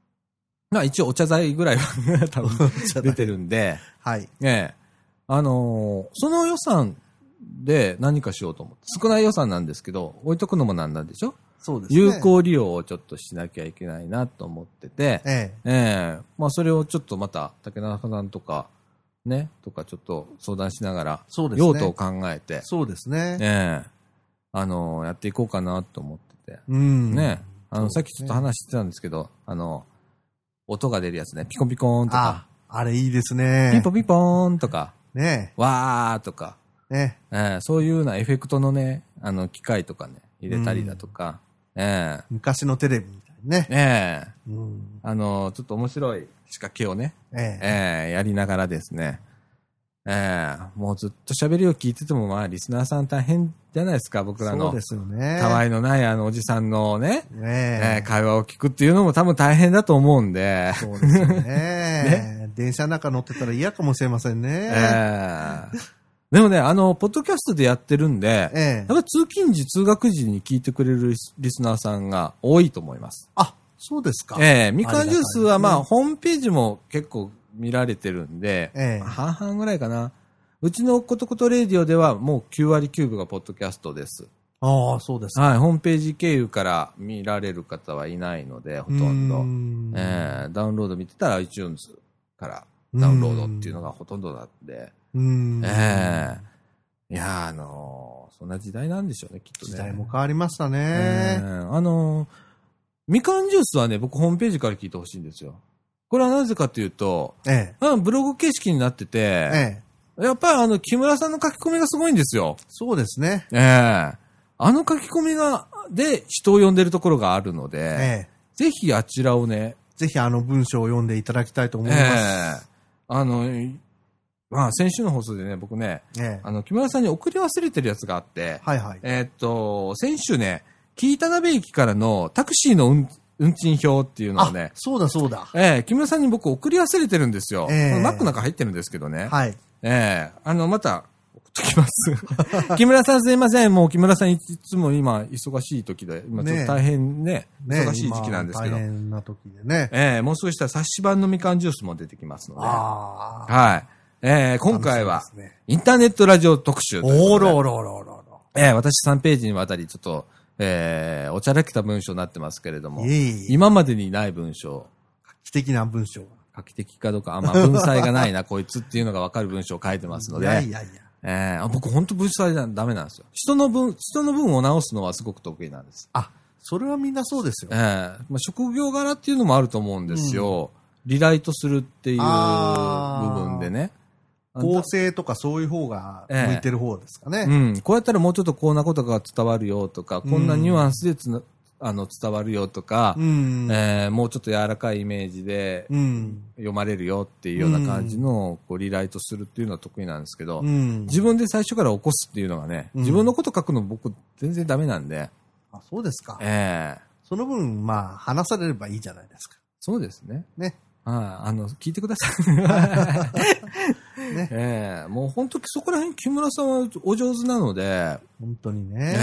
S1: まあ一応お茶剤ぐらいは 多分出てるんで、
S2: はい。
S1: ええあのーその予算で何かしようと思って、少ない予算なんですけど、置いとくのもなんなんでしょ
S2: そうですね。
S1: 有。効利用をちょっとしなきゃいけないなと思ってて、え
S2: ええ。
S1: えまあそれをちょっとまた竹中さんとか、ね、とかちょっと相談しながら、
S2: そうですね。
S1: 用途を考えて、
S2: そうですね。
S1: ええあの、やっていこうかなと思ってて、
S2: うん。
S1: ね、あの、
S2: そ
S1: さ
S2: う
S1: っ
S2: で
S1: き
S2: す
S1: ち
S2: ね
S1: ょっと話してたんですけど、あの、音が出るやつね、ピコピコーンと
S2: あ
S1: か、、
S2: あれいいで
S1: ピ
S2: す
S1: ン
S2: ね。
S1: ポピポーンとか、
S2: ね
S1: わーとか、
S2: え。ねえ。
S1: ええそういうようなエフェクトのね、あの、機械とかね、入れたりだとか、え
S2: 昔のテレビみたいにね
S1: え。ええ
S2: うん。
S1: あの、ちょっと面白い仕掛けをね、
S2: ええ。
S1: えーやりながらですね、えーもうずっと喋りを聞いてても、まあ、リスナーさん大変じゃないですか、僕ら
S2: そう
S1: の
S2: で、すよね。
S1: たわ
S2: い。
S1: いのないあのおじさんのね、え
S2: ね
S1: ー会話を聞くっていうのも多分大変だと思うんで
S2: え。、そ うですよね。電車の中乗ってたら嫌かもしれません
S1: え
S2: ね。
S1: ーでもね、あの、ポッドキャストでやってるんで、
S2: ええ
S1: やっぱ通勤時、通学時に聞いてくれるリスリスナーさんが多いと思います。
S2: あ、そうですか。
S1: ええみかんジュースはま
S2: あ
S1: あ、ホームページも結構見られてるんで、
S2: ええ
S1: 半々ぐらいかな。うちのことことレディオではもう9割9分がポッドキャストです。
S2: ああ、そうですか。
S1: はい、ホームページ経由から見られる方はいないので、ほとん
S2: う
S1: ど。
S2: ん
S1: ええダウンロード見てたら iTunes からダウンロードっていうのがほとんどだって。
S2: うん。
S1: ええいやー、あのーそんな時代なんでしょうね、きっとね。
S2: 時代も変わりました
S1: え
S2: ね。
S1: ーあのーみかんジュースはね、僕ホームページから聞いてほしいんですよ。これはなぜかというと、
S2: ええ。
S1: うん、ブログ形式になって
S2: え
S1: て、
S2: え。
S1: やっぱりあの、木村さんの書き込みがすごいんですよ。
S2: そうですね。
S1: ええあの書き込みが、で、人を呼んでるところがあるので、
S2: ええ。
S1: ぜひあちらをね、
S2: ぜひあの文章を読んでいただきたいと思
S1: え
S2: います。
S1: えあの、いまあ、先週の放送でね、僕ね、
S2: ええ
S1: あの、木村さんに送り忘れてるやつがあって、
S2: はいはい。
S1: えーっと、先週ね、紀伊田辺駅からのタクシーの運運賃表っていうのをね
S2: あ、、そうだそうだ。
S1: ええ木村さんに僕送り忘れてるんですよ。
S2: ええ
S1: このマックの中入ってるんですけどね。
S2: はい。
S1: ええあの、また、送っときます。木 村さんすいません。もう木村さんいつも今、忙しい時で、今ちょっと大変ね、
S2: ね
S1: 忙しい時期なんですけど。
S2: 今大変な時でね。
S1: ええもう少ししたら冊子版のみかんジュースも出てきますので。は
S2: ああ。
S1: い。ええ今回は
S2: 楽しみですね、
S1: インターネットラジオ特集ということで
S2: おろおろおろおろ
S1: えー、私3ページにわたり、ちょっと、えー、おちゃらけた文章になってますけれど
S2: おろ。
S1: も
S2: い、えいえ。
S1: 今までにない文章、
S2: 素敵な文章。
S1: 画期的かどうか、あ、まあ、文才が ないな、こいつっていうのがわかる文章を書いてますの
S2: い
S1: で、
S2: やいやいや。
S1: えーあ僕本当文才だダメなんですよ。人の文、人の文を直すのはすごく得意なんです。
S2: あ、それはみんなそうですよ
S1: え。ーまあ、職業柄っていうのもあると思うんですよ。リライトするっていう部
S2: あー
S1: 分でね。あんた
S2: 構成とかそういう方が向いてる方ですかね。
S1: うん、こうやったらもうちょっとこんなことが伝わるよとか、こんなニュアンスでつな、あの伝わるよとか、
S2: うん。
S1: えーもうちょっと柔らかいイメージで
S2: うん。
S1: 読まれるよっていうような感じのこうリライトするっていうのは得意なんですけど、
S2: うん。
S1: 自分で最初から起こすっていうのがね、
S2: うん
S1: 自分のこと書くの僕全然ダメなんで、
S2: あ、そうですか。
S1: えー
S2: その分、まあ、話されればいいじゃないですか。
S1: そうですね。
S2: ね。
S1: はい、あの、聞いてください。
S2: ね
S1: えーもう本当そこら辺木村さんはお上手なので、
S2: 本当に
S1: え
S2: ね。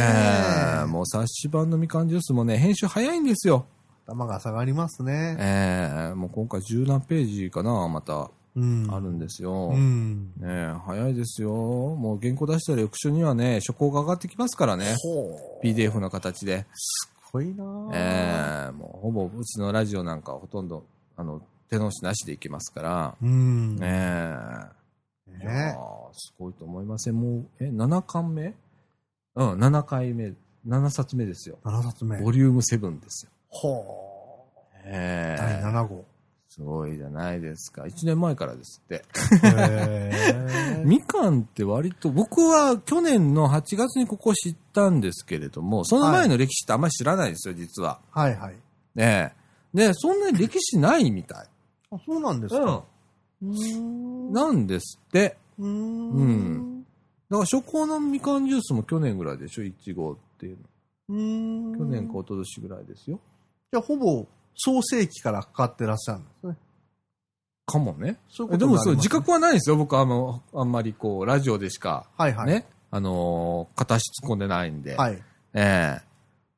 S1: ーもう冊子版のみかんジュースもね、編集早いんですよ。
S2: 頭が下がりますね。
S1: ええもう今回十何ページかな、また、
S2: うん。
S1: あるんですよ。
S2: うん。
S1: ねえ、早いですよ。もう原稿出したら翌週にはね、初稿が上がってきますからね。PDF の形で。
S2: 濃いなぁ
S1: ええもうほぼうちのラジオなんかはほとんど、あの、手直しなしでいきますから。
S2: うん。
S1: ね
S2: ね
S1: え。いやーすごいと思いません。もう、え、7巻目うん、7回目、7冊目ですよ。
S2: 7冊目。
S1: ボリューム7ですよ。
S2: ほ
S1: え
S2: う。第
S1: え
S2: 7号。
S1: すごいじゃないですか。1年前からですって。
S2: へー
S1: みかんって割と、僕は去年の8月にここ知ったんですけれども、その前の歴史ってあんまり知らないんですよ、実は。
S2: はいはい。
S1: ねえ。ねえそんなに歴史ないみたい。
S2: あ、そうなんですか。うん。
S1: なんですって。
S2: う。
S1: うんだから初行のみかんジュースも去年ぐらいでしょ、1号っていうの。
S2: うん。
S1: 去年か一昨年ぐらいですよ。
S2: じゃあ、ほぼ、創世紀からかかってらっしゃるんですね。
S1: かもね。
S2: そういう
S1: え
S2: こ
S1: で
S2: と
S1: も
S2: になります
S1: そ
S2: ね
S1: う、自覚はないんですよ。僕はあの、あんまりこう、ラジオでしか、
S2: はいはい。。
S1: ね、あのー、片足突っ込んでないんで。
S2: はい。
S1: ええ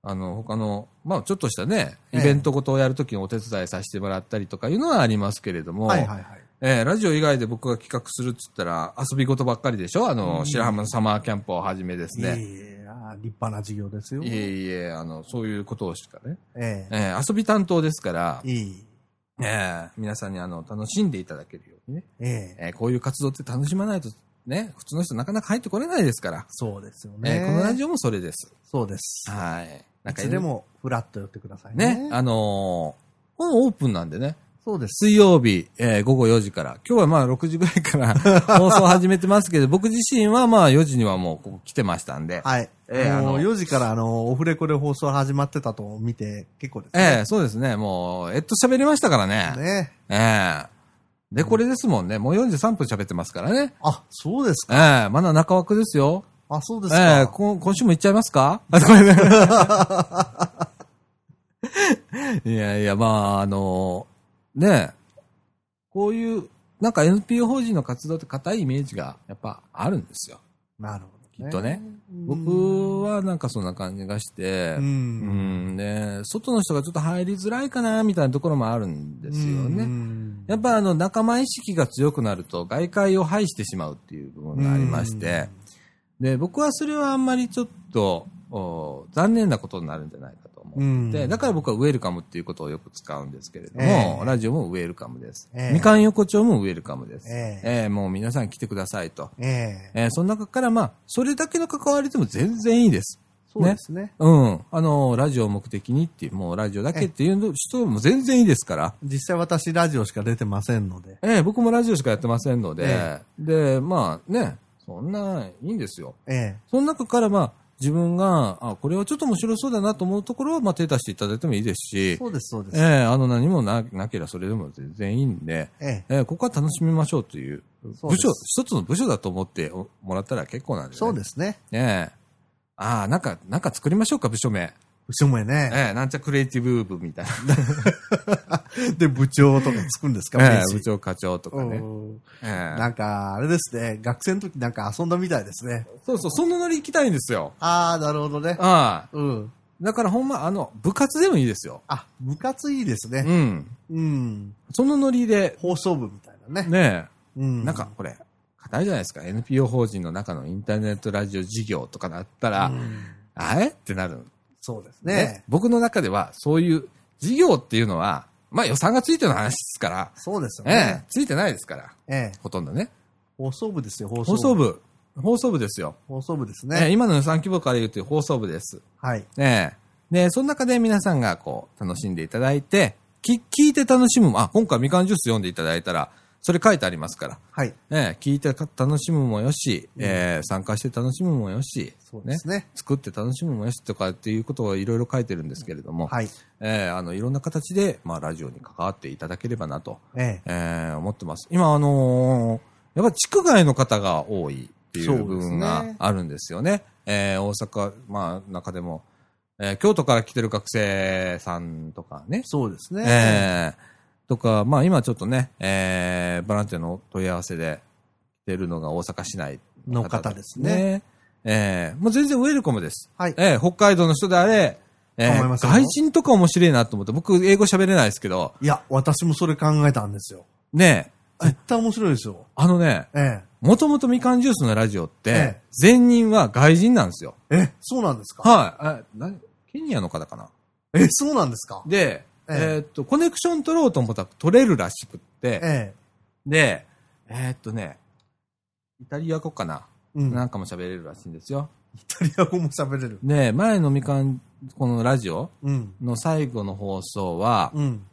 S1: あの、他の、まあちょっとしたね、
S2: ええ
S1: イベントごとをやるときにお手伝いさせてもらったりとかいうのはありますけれども、
S2: はいはいはい。
S1: ええラジオ以外で僕が企画するっつったら遊び事ばっかりでしょあの、
S2: うん
S1: 白浜のサマーキャンプをはじめです
S2: いえ
S1: ね。
S2: いえあー立派な事業ですよ。
S1: いえいえ、あの、そういうことをしかね。
S2: え
S1: ええ遊び担当ですから、
S2: え。いい。
S1: ええ皆さんにあの、楽しんでいただけるようにね。
S2: ええ。
S1: えーこういう活動って楽しまないとね、普通の人なかなか入ってこれないですから。
S2: そうですよ
S1: え
S2: ね。
S1: ーこのラジオもそれです。
S2: そうです。
S1: はい。
S2: いつでもフラッと寄ってくださいね。
S1: ね、あのーこのオープンなんでね、
S2: そうです。
S1: 水曜日、えー午後4時から、今日はまあ6時ぐらいから 放送始めてますけど、僕自身はまあ4時にはもうここ来てましたんで、
S2: はい。
S1: ええあ
S2: も
S1: の
S2: う4時からあの、オフレコで放送始まってたと見て結構です
S1: え
S2: ね。
S1: ーそうですね、もう、えっと喋りましたからね、
S2: ね
S1: えーで、これですもんね、もう43分喋ってますからね、
S2: あ、そうですか。
S1: えーまだ中枠ですよ。
S2: あ、そうです
S1: ええ
S2: か。
S1: こ今週も行っちゃいますか あごめんなさいいやいや、まあ、あの、ねえこういう、なんか NPO 法人の活動って硬いイメージがやっぱあるんですよ。
S2: なるほど。
S1: きっとね。
S2: うん
S1: 僕、はなんかそんな感じがして、う
S2: う。
S1: んん、ね外の人がちょっと入りづらいかな、みたいなところもあるんですよ
S2: う
S1: ね。
S2: ん
S1: やっぱあの仲間意識が強くなると外界を排してしまうっていう部分がありまして、で、僕はそれはあんまりちょっと、お残念なことになるんじゃないかと思
S2: う
S1: っ
S2: ん。
S1: て、だから僕はウェルカムっていうことをよく使うんですけれども、
S2: ええ
S1: ラジオもウェルカムです。
S2: ええ
S1: みかん横丁もウェルカムです。
S2: ええ
S1: ええもう皆さん来てくださいと。
S2: ええ。
S1: ええその中からまあ、それだけの関わりでも全然いいです。
S2: そうですね。
S1: うん。あの、ラジオを目的にっていう、もうラジオだけっていうの人も全然いいですから。
S2: 実際私ラジオしか出てませんので。
S1: ええ僕もラジオしかやってませんので、
S2: え
S1: で、まあね、そんな、いいんですよ。
S2: ええ。
S1: その中から、まあ、自分が、あ、これはちょっと面白そうだなと思うところを、まあ、手出していただいてもいいですし、
S2: そうです、そうで
S1: ええ
S2: す。
S1: あの、何もな、なければそれでも全然いいんで、
S2: ええ。
S1: ええここは楽しみましょうという、
S2: そう
S1: 部
S2: です
S1: 署、一つの部署だと思っておもらったら結構なんで、ね。。
S2: そうですすね。
S1: ええああ、なんか、なんか作りましょうか、部署名。
S2: 部署名ね。
S1: ええなんちゃクリエイティブ部みたい
S2: で、部長とかつくんですか、
S1: な。ええ
S2: 名刺
S1: 部長課長とかね。
S2: うん
S1: ええ
S2: なんか、あれですね。学生の時なんか遊んだみたいですね。
S1: そうそう、そのノリ行きたいんですよ。
S2: ああ、なるほどね。
S1: ああ。
S2: うん。
S1: だからほんま、あの、部活でもいいですよ。
S2: あ、部活いいです
S1: う
S2: ね。
S1: ん。
S2: うん。
S1: そのノリで、
S2: 放送部みたいなね。
S1: ねえ。
S2: うん。
S1: なんか、これ、硬いじゃないですか。NPO 法人の中のインターネットラジオ事業とかだったら、
S2: うん
S1: あえってなる、
S2: そうです
S1: ね
S2: ね。
S1: 僕の中では、そういう事業っていうのは、まあ予算がついての話ですから、
S2: そうですよ
S1: ええ
S2: ね。
S1: ついてないですから、
S2: ええ。
S1: ほとんどね。
S2: 放送部ですよ、放送
S1: 放送。部、放送部ですよ。
S2: 放送部です
S1: ええ
S2: ね。
S1: 今の予算規模から言うと放送部です。
S2: はい。
S1: ええで、その中で皆さんがこう、楽しんでいただいて、き、聞いて楽しむも、あ、今回みかんジュース読んでいただいたら、それ書いてありますから。
S2: はい。
S1: ええ聞いてか楽しむもよし、ええ参加して楽しむもよし、
S2: そうですね。
S1: 作って楽しむもよしとかっていうことをいろいろ書いてるんですけれども、
S2: はい。
S1: ええあの、いろんな形で、まあ、ラジオに関わっていただければなと、
S2: え
S1: ええ思ってます。今、あのーやっぱ地区外の方が多いってい
S2: そう
S1: う
S2: ですね
S1: 部分があるんですよね。ええ大阪、まあ、中でも、ええ京都から来てる学生さんとかね
S2: え。、そうですね。
S1: ええとか、まあ今ちょっとね、ええボランティアの問い合わせで出るのが大阪市内
S2: の方ですね。
S1: ええもう全然ウェルコムです。
S2: はい。
S1: ええ北海道の人であれ、え
S2: 考えますよ
S1: 外人とか面白いなと思って、僕、英語喋れないですけど、
S2: いや、私もそれ考えたんですよ。
S1: ねえ、
S2: 絶対面白いですよ。
S1: あのね、
S2: え
S1: もともとみかんジュースのラジオっ
S2: え
S1: て
S2: え、
S1: 全人は外人なんですよ。
S2: え。え、そうなんですか
S1: はい。え、なケニアの方かな。
S2: え、そうなんですか
S1: で、え
S2: ええ
S1: ーっと、コネクション取ろうと思ったら取れるらしくって、
S2: ええ。
S1: で、えーっとね、イタリア語かな、
S2: うん。
S1: な
S2: イ
S1: んかも喋れるらしいんですよ。
S2: タリア語も喋れる。
S1: で、前のみかん、このラジオ
S2: うん。
S1: の最後の放送は、
S2: うん。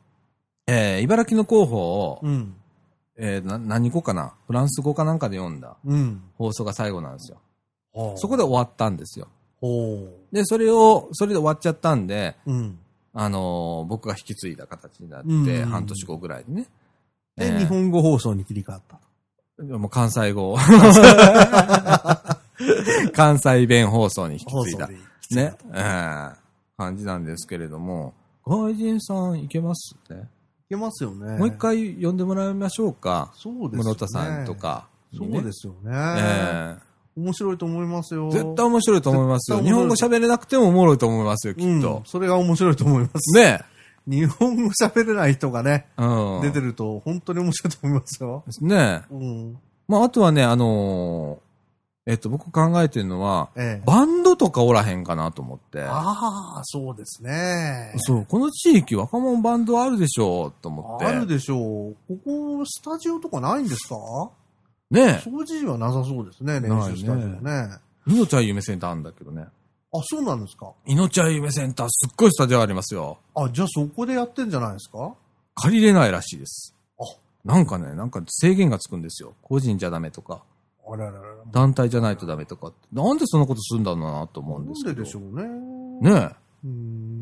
S1: えー茨城の候補を、
S2: うん。
S1: えーな何語かなフランス語かなんかで読んだ
S2: うん。
S1: 放送が最後なんですよ。
S2: ほう
S1: そこで終わったんですよ。
S2: ほう。
S1: で、それを、それで終わっちゃったんで、
S2: うん。
S1: あのー僕が引き継いだ形になっ
S2: うんうん
S1: て、
S2: うん
S1: 半年後ぐらいでね。
S2: で、
S1: えー
S2: 日本語放送に切り替わった。
S1: もう関西 語を関西弁放送に引き継いだ。
S2: 放送で切り替わ
S1: ね
S2: っ。
S1: えー感じなんですけれども、外人さんいけますね。
S2: いけますよね。
S1: もう一。回呼んでもらいましょうか。
S2: そうですよね。
S1: 室田さんと。か
S2: そ
S1: にね、
S2: うですよね。
S1: え
S2: 面白いと思いますよ。
S1: ー絶対面白いと思いますよ。
S2: 絶
S1: 日
S2: 対
S1: 本語
S2: 面白
S1: 喋れなくてもおもろいと思いますよ、きっ
S2: うん
S1: と。
S2: それが面白いと思います。
S1: ね
S2: 日本語喋れない人がね、
S1: え。うん。
S2: 出てると本当に面白いと思いますよ。
S1: ねえ。
S2: うん。
S1: まあ、あとはね、あのーえっと、僕考えてるのは、
S2: ええ。
S1: バンドとかおらへんかなと思って。
S2: ああ、そうですね。
S1: そう、この地域若者バンドあるでしょうと思って。
S2: あるでしょう。ここ、スタジオとかないんですか
S1: ねえ。
S2: 掃除はなさそうですね、練習スタジオね。
S1: いのちゃん夢センターあるんだけどね。
S2: あ、そうなんですか。
S1: いのちゃん夢センターすっごいスタジオありますよ。
S2: あ、じゃあそこでやってんじゃないですか
S1: 借りれないらしいです
S2: あ。
S1: なんかね、なんか制限がつくんですよ。個人じゃダメとか、
S2: あらららら。
S1: 団体じゃないとダメとかって。なんでそんなことするんだろうなと思うんですけ
S2: な
S1: ど。
S2: んででしょうね。
S1: ねえ。だ
S2: うー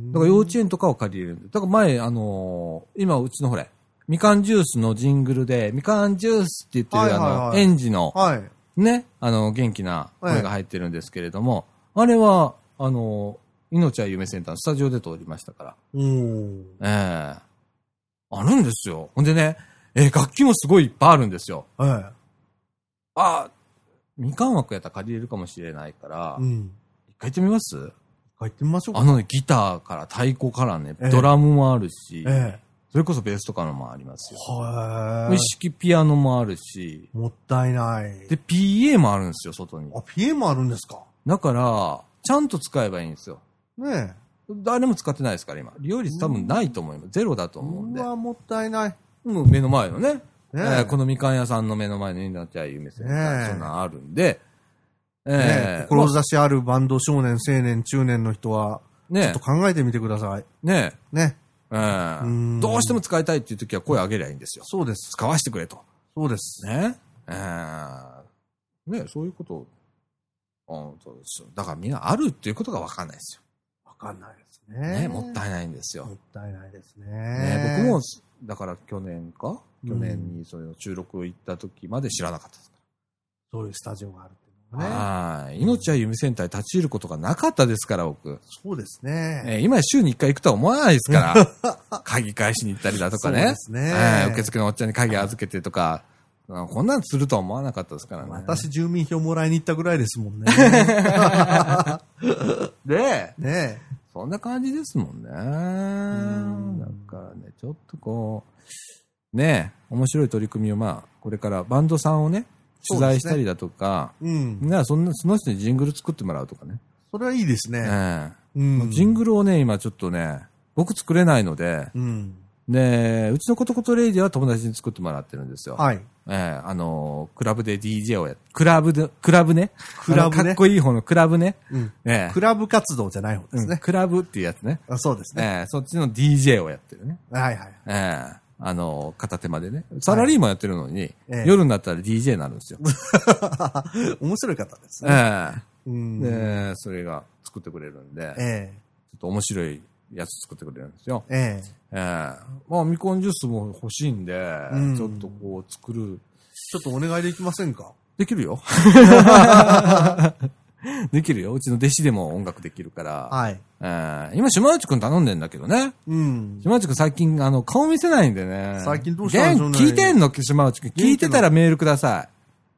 S2: ん。
S1: から幼稚園とかを借りれるんで。だから前、あのー今うちのほれ、みかんジュースのジングルで、みかんジュースって言ってる、
S2: はいはい
S1: あ
S2: は
S1: の、
S2: い
S1: 園児の、
S2: はい。
S1: ね、あの、元気な声が入ってるんですけれども、あれは、あの、いのちゃん夢センターのスタジオで通りましたか
S2: おー。
S1: ら。ええあるんですよ。ほんでね、えー楽器もすごいいっぱいあるんですよ。
S2: は
S1: ああ、みかん枠やったら借りれるかもしれないから、
S2: い。うん。
S1: 一回行ってみます
S2: 帰ってみましょうか
S1: あ。のね、ギターから太鼓からね、
S2: ええ
S1: ドラムもあるし、
S2: ええ。
S1: それこそベースとかのもありますよ。
S2: は
S1: 一式ピアノもあるし、
S2: い。もったいない。
S1: で、PA もあるんですよ、外に
S2: あ、。PA もあるんですか
S1: だから、ちゃんと使えばいいんですよ。
S2: ねえ。
S1: 誰も使ってないですから、今。利用率多分ないと思います。ゼロだと思うん
S2: う
S1: で。
S2: わ、もったいない。
S1: もう目の前のね。え
S2: ね
S1: ーこのみかん屋さんの目の前になっちゃう夢センター、
S2: ねえ
S1: そんなんあるんで。
S2: ね
S1: えー、
S2: 志あるバンド少年、青年、中年の人は、ちょっ
S1: ね
S2: と考えてみてください。
S1: ね
S2: ね。
S1: えー
S2: うん
S1: どうしても使いたいっていう時は声上げりゃいいんですよ。
S2: そうです。
S1: 使わせてくれと。
S2: そうです。
S1: ねえーねえそういうことをあそうですよだからみんなあるっていうことがわかんないです
S2: わかんないです
S1: よ。
S2: ね。
S1: ねもったいないんですよ
S2: も。ったいないですね。
S1: ね僕も、だから去年か
S2: うん
S1: 去年にそういうの収録行った時まで知らなかったですか
S2: そういうスタジオがあるっていうの
S1: ら。
S2: はね。
S1: はい。命は夢センターに立ち入ることがなかったですから、僕。
S2: そうですね。
S1: えー今や週に1回行くとは思わないです から。鍵返しに行ったりだとか
S2: そう
S1: ね
S2: で。すね
S1: えー受付のおっちゃんに鍵預けてとか、あこんなのするとは思わなかったですからね。
S2: 私、住民票もらいに行ったぐらいですもんね。
S1: で、
S2: ね
S1: そんな感じですもんね。
S2: ん
S1: だからね、ちょっとこう、ねえ面白い取り組みをまあ、これからバンドさんをね、取材したりだとか、
S2: うん。
S1: なそんなその人にジングル作ってもらうとかね。
S2: それはいいですね。
S1: え
S2: う
S1: え
S2: ん。
S1: ジングルをね、今ちょっとね、僕作れないので、
S2: うん。
S1: で、うちのことことレイディは友達に作ってもらってるんですよ。
S2: はい。
S1: ええあのークラブで DJ をやクラブで、クラブね。
S2: クラブね
S1: あのかっこいい方のクラブね。
S2: うん。
S1: ええ
S2: クラブ活動じゃない方で
S1: う
S2: す
S1: ん
S2: ね。
S1: クラブっていうやつね。
S2: あそうですね。
S1: ええそっちの DJ をやってるね。
S2: はいはい。
S1: ええあの、片手間でね。サラリーマンやってるのに、
S2: ええ
S1: 夜になったら DJ になるんで すよ。
S2: 面白い方です
S1: え
S2: ね。う
S1: え
S2: ん。
S1: で、それが作ってくれるんで、ちょ
S2: え
S1: っと面白いやつ作ってくれるんですよ。
S2: え。ええ。
S1: ええまあ、ミコンジュースも欲しいんで、
S2: うん
S1: ちょっとこう作る、
S2: ちょっとお願いできませんか
S1: できる よ。できるよ。うちの弟子でも音楽できるから。
S2: はい。
S1: ええ今、島内くん頼んでんだけどね。
S2: うん。
S1: 島内くん最近、あの、顔見せないんでね。
S2: 最近どうしたんでしょうね
S1: 元聞いてんの島内くん。聞いてたらメールください。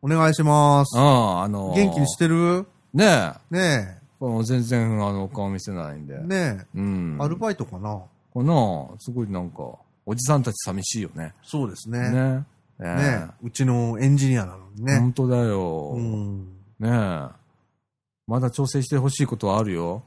S2: お願いします
S1: う。ん、あのー
S2: 元気にしてる
S1: ねえ。
S2: ね
S1: あ全然、あの、顔見せないんで。
S2: ね
S1: うん。
S2: アルバイトかな
S1: かなすごいなんか、おじさんたち寂しいよね。
S2: そうです
S1: ね。
S2: ね。
S1: ねえ
S2: ねうちのエンジニアなのにね。
S1: 本当だよ。
S2: うん。
S1: ねえ。まだ調整してほしいことはある よ。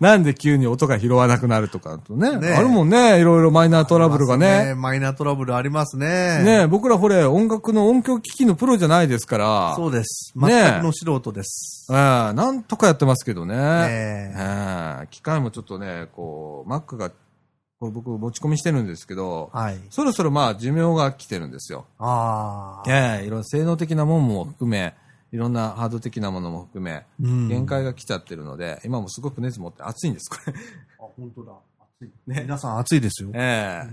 S1: なんで急に音が拾わなくなるとかとね。
S2: ねえ
S1: あるもんね。いろいろマイナートラブルがね。
S2: マイナートラブルありますね。
S1: ねえ、僕らほれ、音楽の音響機器のプロじゃないですから。
S2: そうです。全
S1: ね
S2: くの素人です。
S1: ええなんとかやってますけどね。
S2: ねえ
S1: ええ機械もちょっとね、こう、Mac が、こう僕持ち込みしてるんですけど、
S2: はい。
S1: そろそろまあ寿命が来てるんですよ。
S2: ああ。
S1: ええいろんな性能的なもんも含め、いろんなハード的なものも含め、
S2: うん
S1: 限界が来ちゃってるので、今もすごく熱持って暑いんです、これ。
S2: あ、本当だ。暑い。皆さん暑いですよ。
S1: え
S2: う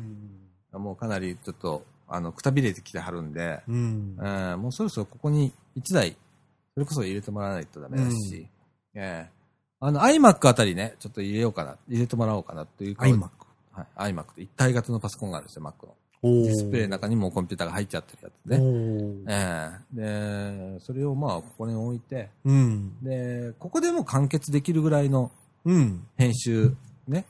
S1: え
S2: ん
S1: もうかなりちょっと、あの、くたびれてきてはるんで、
S2: うん。
S1: ええもうそろそろここに1台、それこそ入れてもらわないとダメだし、ええあの、iMac あたりね、ちょっと入れようかな、入れてもらおうかなというか
S2: iMac。
S1: はい、iMac と一体型のパソコンがあるんですよ、Mac の。
S2: おー
S1: ディスプレイの中にもうコンピューターが入っちゃってるやつ
S2: お
S1: ね。
S2: ー
S1: ええで、それをまあ、ここに置いて、
S2: うん。
S1: で、ここでもう完結できるぐらいの
S2: うん。
S1: 編集、ね。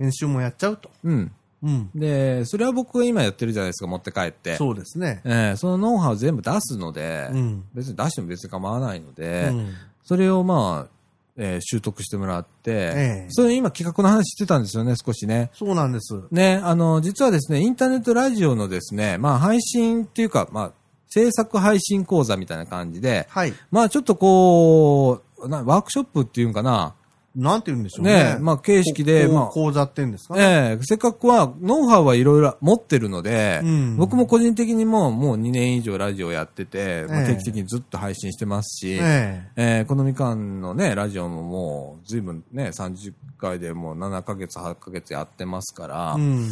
S2: 編集もやっちゃうと。
S1: うん。
S2: うん。
S1: で、それは僕が今やってるじゃないですか、持って帰って。
S2: そうですね。
S1: えーそのノウハウを全部出すので、
S2: うん。
S1: 別に出しても別に構わないの
S2: う
S1: で、
S2: ん
S1: それをまあ、えー習得してもらって、
S2: ええ
S1: それ今企画の話してたんですよね、少しね。
S2: そうなんです。
S1: ね、あの、実はですね、インターネットラジオのですね、まあ配信っていうか、まあ、制作配信講座みたいな感じで、
S2: はい。
S1: まあちょっとこう、なワークショップっていうんかな、
S2: なんて言うんでしょう
S1: ね
S2: ね。
S1: まあ形式で
S2: ここ
S1: まあ
S2: 講座って言うんですかね。
S1: ええせっかくは、ノウハウはいろいろ持ってるので、
S2: うん
S1: 僕も個人的にもうもう2年以上ラジオやってて、まあ
S2: ええ
S1: 定期的にずっと配信してますし、え
S2: え
S1: えこのみかんのね、ラジオももう随分ね、30回でもう7ヶ月、8ヶ月やってますから、
S2: え。うん。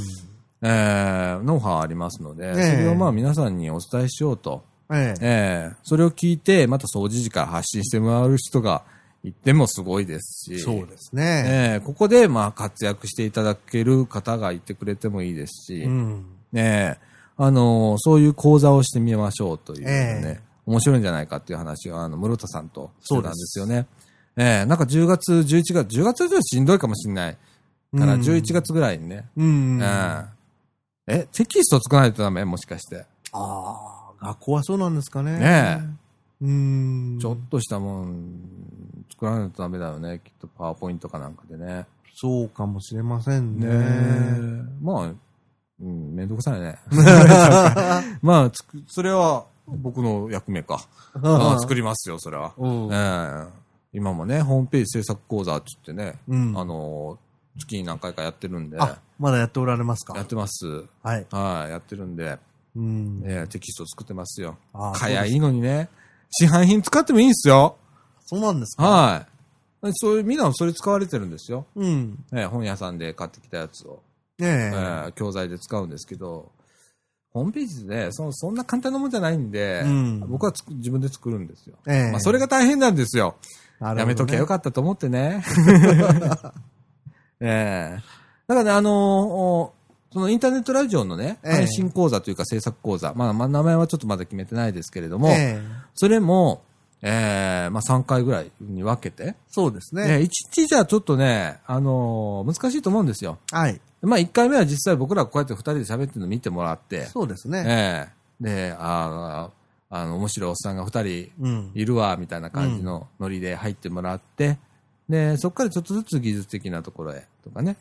S1: ええノウハウありますので、
S2: ええ
S1: それをまあ皆さんにお伝えしようと、
S2: ええ。
S1: ええそれを聞いて、また掃除時から発信してもらう人がいてもすごいですし、
S2: そうですね。
S1: ええここで、まあ、活躍していただける方がいてくれてもいいですし、
S2: うん。
S1: ねえあのーそういう講座をしてみましょうというね、
S2: ええ
S1: 面白いんじゃないかっていう話を、あの、室田さんとしてたんですよね。ええなんか10月、11月、10月はちょっとしんどいかもしれない。から、
S2: うん
S1: 11月ぐらいにね、
S2: うん。
S1: え
S2: あ
S1: ええ、テキスト作らないとダメもしかして。
S2: あ、学校はそうなんですかね。
S1: ね
S2: え。うん。
S1: ちょっとしたもん、作らないとダメだよね。きっとパワーポイントかなんかでね。
S2: そうかもしれません
S1: ね
S2: ね。
S1: え。まあ、うん、めんどくさいね。まあ、つく、それは僕の役目か。ああ作りますよ、それは。
S2: うん
S1: ええ今もね、ホームページ制作講座って言ってね、
S2: うん
S1: あの、月に何回かやってるんで、
S2: あ
S1: や、
S2: まだやっておられますか
S1: ってます。
S2: はい。
S1: はい、やってるんで、
S2: うん。
S1: ええテキスト作ってますよ。
S2: ああ
S1: かやいいのにね、市販品使ってもいいんですよ。
S2: そうなんですか
S1: はい。そういう、みんなそれ使われてるんですよ。
S2: うん。
S1: ええ本屋さんで買ってきたやつを。
S2: ね
S1: え
S2: え。
S1: ー教材で使うんですけど、ホームページでね、そのそんな簡単なもんじゃないんで、
S2: うん
S1: 僕はつく自分で作るんですよ。
S2: ええ
S1: まあ、それが大変なんですよ。
S2: なるほどね
S1: やめときゃよかったと思って ね。ええだからね、あのーおそのインターネットラジオのね、
S2: ええ
S1: 配信講座というか制作講座、まあ、まあ、名前はちょっとまだ決めてないですけれども、
S2: ええ
S1: それも、ええまあ、3回ぐらいに分けて、
S2: そうですね。
S1: ね、1日じゃちょっとね、あのー難しいと思うんですよ。
S2: はい。
S1: まあ、一回目は実際僕らこうやって二人で喋ってるの見てもらって、
S2: そうですね。
S1: ええで、ああ、あの、面白いおっさんが二人
S2: うん。
S1: いるわ、みたいな感じのノリで入ってもらって、で、そこからちょっとずつ技術的なところへ、とかね、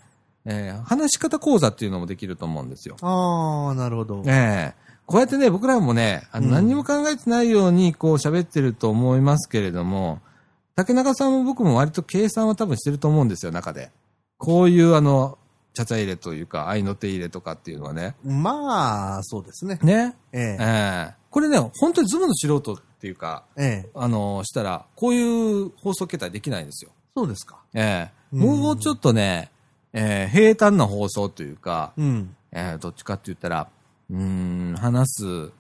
S1: ええ話し方講座っていうのもできると思うんですよ。
S2: ああ、なるほど。
S1: ええこうやってね、僕らもね、あの
S2: うん
S1: 何にも考えてないように、こう喋ってると思いますけれども、竹中さんも僕も割と計算は多分してると思うんですよ、中で。こういうあの、ちゃちゃ入れというか、愛の手入れとかっていうのはね。
S2: まあ、そうですね。
S1: ね。
S2: え
S1: ええ
S2: え。
S1: これね、本当にズムの素人っていうか、
S2: ええ。
S1: あの、したら、こういう放送形態できないんですよ。
S2: そうですか。
S1: ええ
S2: うん
S1: もうちょっとね、ええ平坦な放送というか、
S2: うん。
S1: えーどっちかって言ったら、うーん、話す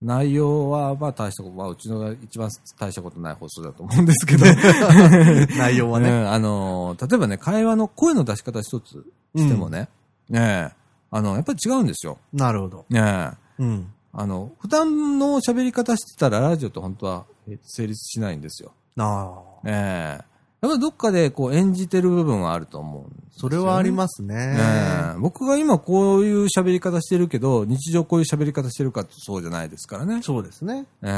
S1: 内容は、まあ大したこと、まあうちのが一番大したことない放送だと思うんですけ ど、
S2: 内容は
S1: う
S2: ね。
S1: んあのー、例えばね、会話の声の出し方一つしてもね、ねえあの、やっぱり違うんですよ。
S2: なるほど。
S1: ねえ
S2: うん。
S1: あの、普段の喋り方してたらラジオって本当はえ成立しないんですよ。
S2: ああ。
S1: ええやっぱりどっかでこう演じてる部分はあると思うんですよ
S2: そ
S1: ね、
S2: れはありますね。
S1: ええ僕が今こういう喋り方してるけど、日常こういう喋り方してるかってそうじゃないですからね。
S2: そうですね。
S1: ええ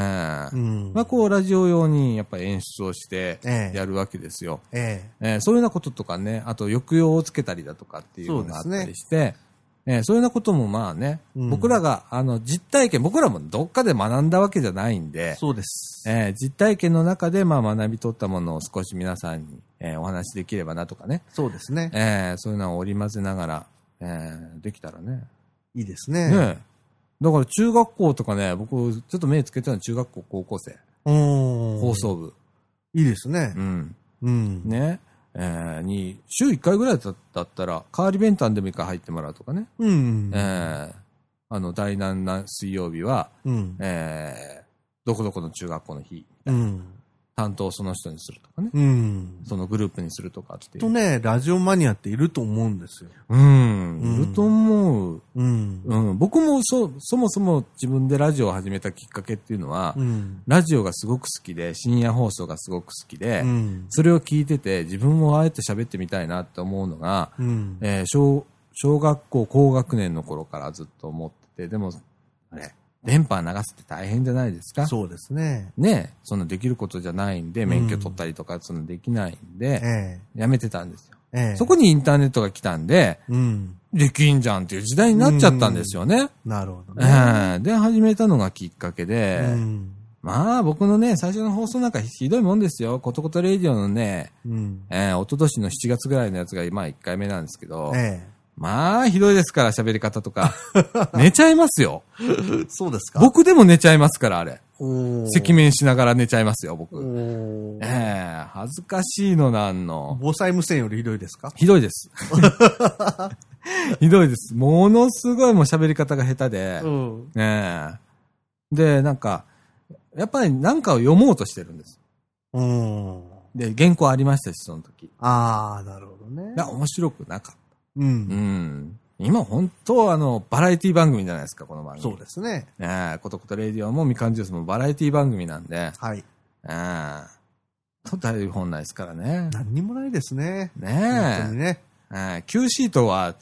S2: うん。
S1: まあこうラジオ用にやっぱり演出をして
S2: ええ
S1: やるわけですよ。
S2: え
S1: ええそういうようなこととかね、あと抑揚をつけたりだとかっていうのがあっ
S2: そうで
S1: た
S2: す
S1: り
S2: ね
S1: して、ええそういうようなこともまあね、
S2: うん
S1: 僕らが、あの、実体験、僕らもどっかで学んだわけじゃないん
S2: え
S1: で、
S2: そうです。
S1: ええ実体験の中でまあ学び取ったものを少し皆さんに、ええお話しできればなとかね、
S2: そうですね。
S1: ええそういうのを織り交ぜながら、ええできたらね。
S2: いいですね。
S1: ねえだから中学校とかね、僕、ちょっと目つけてたのは中学校、高校生、
S2: うん。
S1: 放。送部。
S2: いいですね
S1: う。ん。
S2: うん。
S1: ね。えーに、週1回ぐらいだだったら、代わり弁当でもいいから入ってもらうとかね。
S2: うん
S1: え。ーあの、第7な水曜日は、
S2: うん。
S1: えーどこどこの中学校の日、
S2: うん。
S1: 担当をその人にするとかね。
S2: うん。
S1: そのグループにするとかって
S2: きっ
S1: い
S2: と
S1: う。
S2: ね、ラジオマニアっていると思うんですよ。
S1: うん。
S2: うん
S1: いると思う。
S2: うん。
S1: うん。僕もそ、そもそも自分でラジオを始めたきっかけっていうのは、
S2: うん。
S1: ラジオがすごく好きで、深夜放送がすごく好きで、
S2: うん。
S1: それを聞いてて、自分もああえて喋ってみたいなって思うのが、
S2: うん。
S1: えー小、小学校高学年の頃からずっと思ってて、でも、あれ、電波流すって大変じゃないですか
S2: そうですね。
S1: ねえそんなできることじゃないんで、
S2: ん
S1: 免許取ったりとか、そんなできないん
S2: え
S1: で、
S2: え。
S1: やめてたんですよ。
S2: ええ。
S1: そこにインターネットが来たんで、
S2: うん。
S1: できんじゃんっていう時代になっちゃったんですよね。
S2: なるほど
S1: え
S2: ね。
S1: ーで、始めたのがきっかけで、
S2: うん。
S1: まあ、僕のね、最初の放送なんかひどいもんですよ。ことことレイディオのね、
S2: うん。
S1: えー、おととしの7月ぐらいのやつが今1回目なんですけど、
S2: え
S1: まあ、ひどいですから、喋り方とか。 寝ちゃいますよ。
S2: え。そうですか。
S1: 僕でも寝ちゃいますから、あれ。
S2: お
S1: 赤面しながら寝ちゃいますよ、僕。
S2: お
S1: ええ恥ずかしいのなんの。
S2: 防災無線よりひどいですか
S1: ひどい です。ひどいです。ものすごいもう喋り方が下手で、
S2: ん。
S1: ええで、なんか、やっぱりなんかを読もうとしてるんです。
S2: うん。
S1: で、原稿ありましたし、その時。い
S2: ああ、なるほどね。
S1: や、面白くなかっ
S2: う。
S1: た。うんん。今、本当あの、バラエティ番組じゃないですか、この番組。
S2: そうですね。
S1: ねえ、ことことレディオもみかんジュースもバラエティ番組なんで、
S2: はい。
S1: ええ、と台本ないですからね。
S2: 何にもないですね。本当
S1: ね
S2: にね。
S1: え、ええ Q シートは、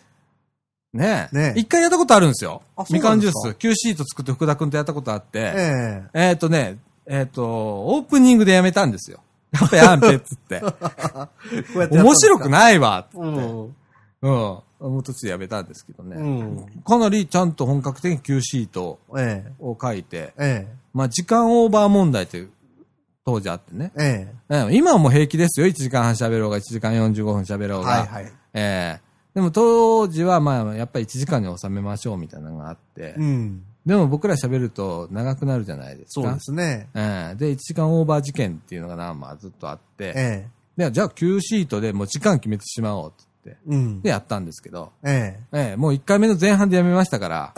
S1: ねえ、
S2: ねえ
S1: 一回やったことあるんですよ
S2: あ。そう
S1: み
S2: な
S1: か
S2: ん
S1: ん
S2: で
S1: ジュ
S2: す
S1: ー
S2: か
S1: ス、Q シート作って福田くんとやったことあって、
S2: え
S1: えっとね、えっと、オープニングでやめたんですよ。やっぱやんべっつっ て。
S2: え。こうやってや
S1: 面
S2: ったんですか
S1: 白くないわっつって。
S2: うん。
S1: うん。もう途中でやめたんですけど
S2: う
S1: ね。
S2: ん。
S1: かなりちゃんと本格的に Q シート
S2: え
S1: を書いて、
S2: え。ええ。
S1: まあ、時間オーバー問題という、当時あってね。
S2: ええ。
S1: うん今はもう平気ですよ。1時間半喋ろうが、1時間45分喋ろうが。
S2: はいはい。
S1: ええでも当時は、まあ、やっぱり1時間に収めましょうみたいなのがあって。
S2: うん。
S1: でも僕ら喋ると長くなるじゃないですか。
S2: そうで。すね。
S1: ええで、1時間オーバー事件っていうのがな、まあ、ずっとあって。
S2: ええ。
S1: で、じゃあ Q シートでもう時間決めてしまおうって言って。
S2: うん
S1: で、。やったんですけど。
S2: ええ。
S1: ええもう1回目の前半でやめました から。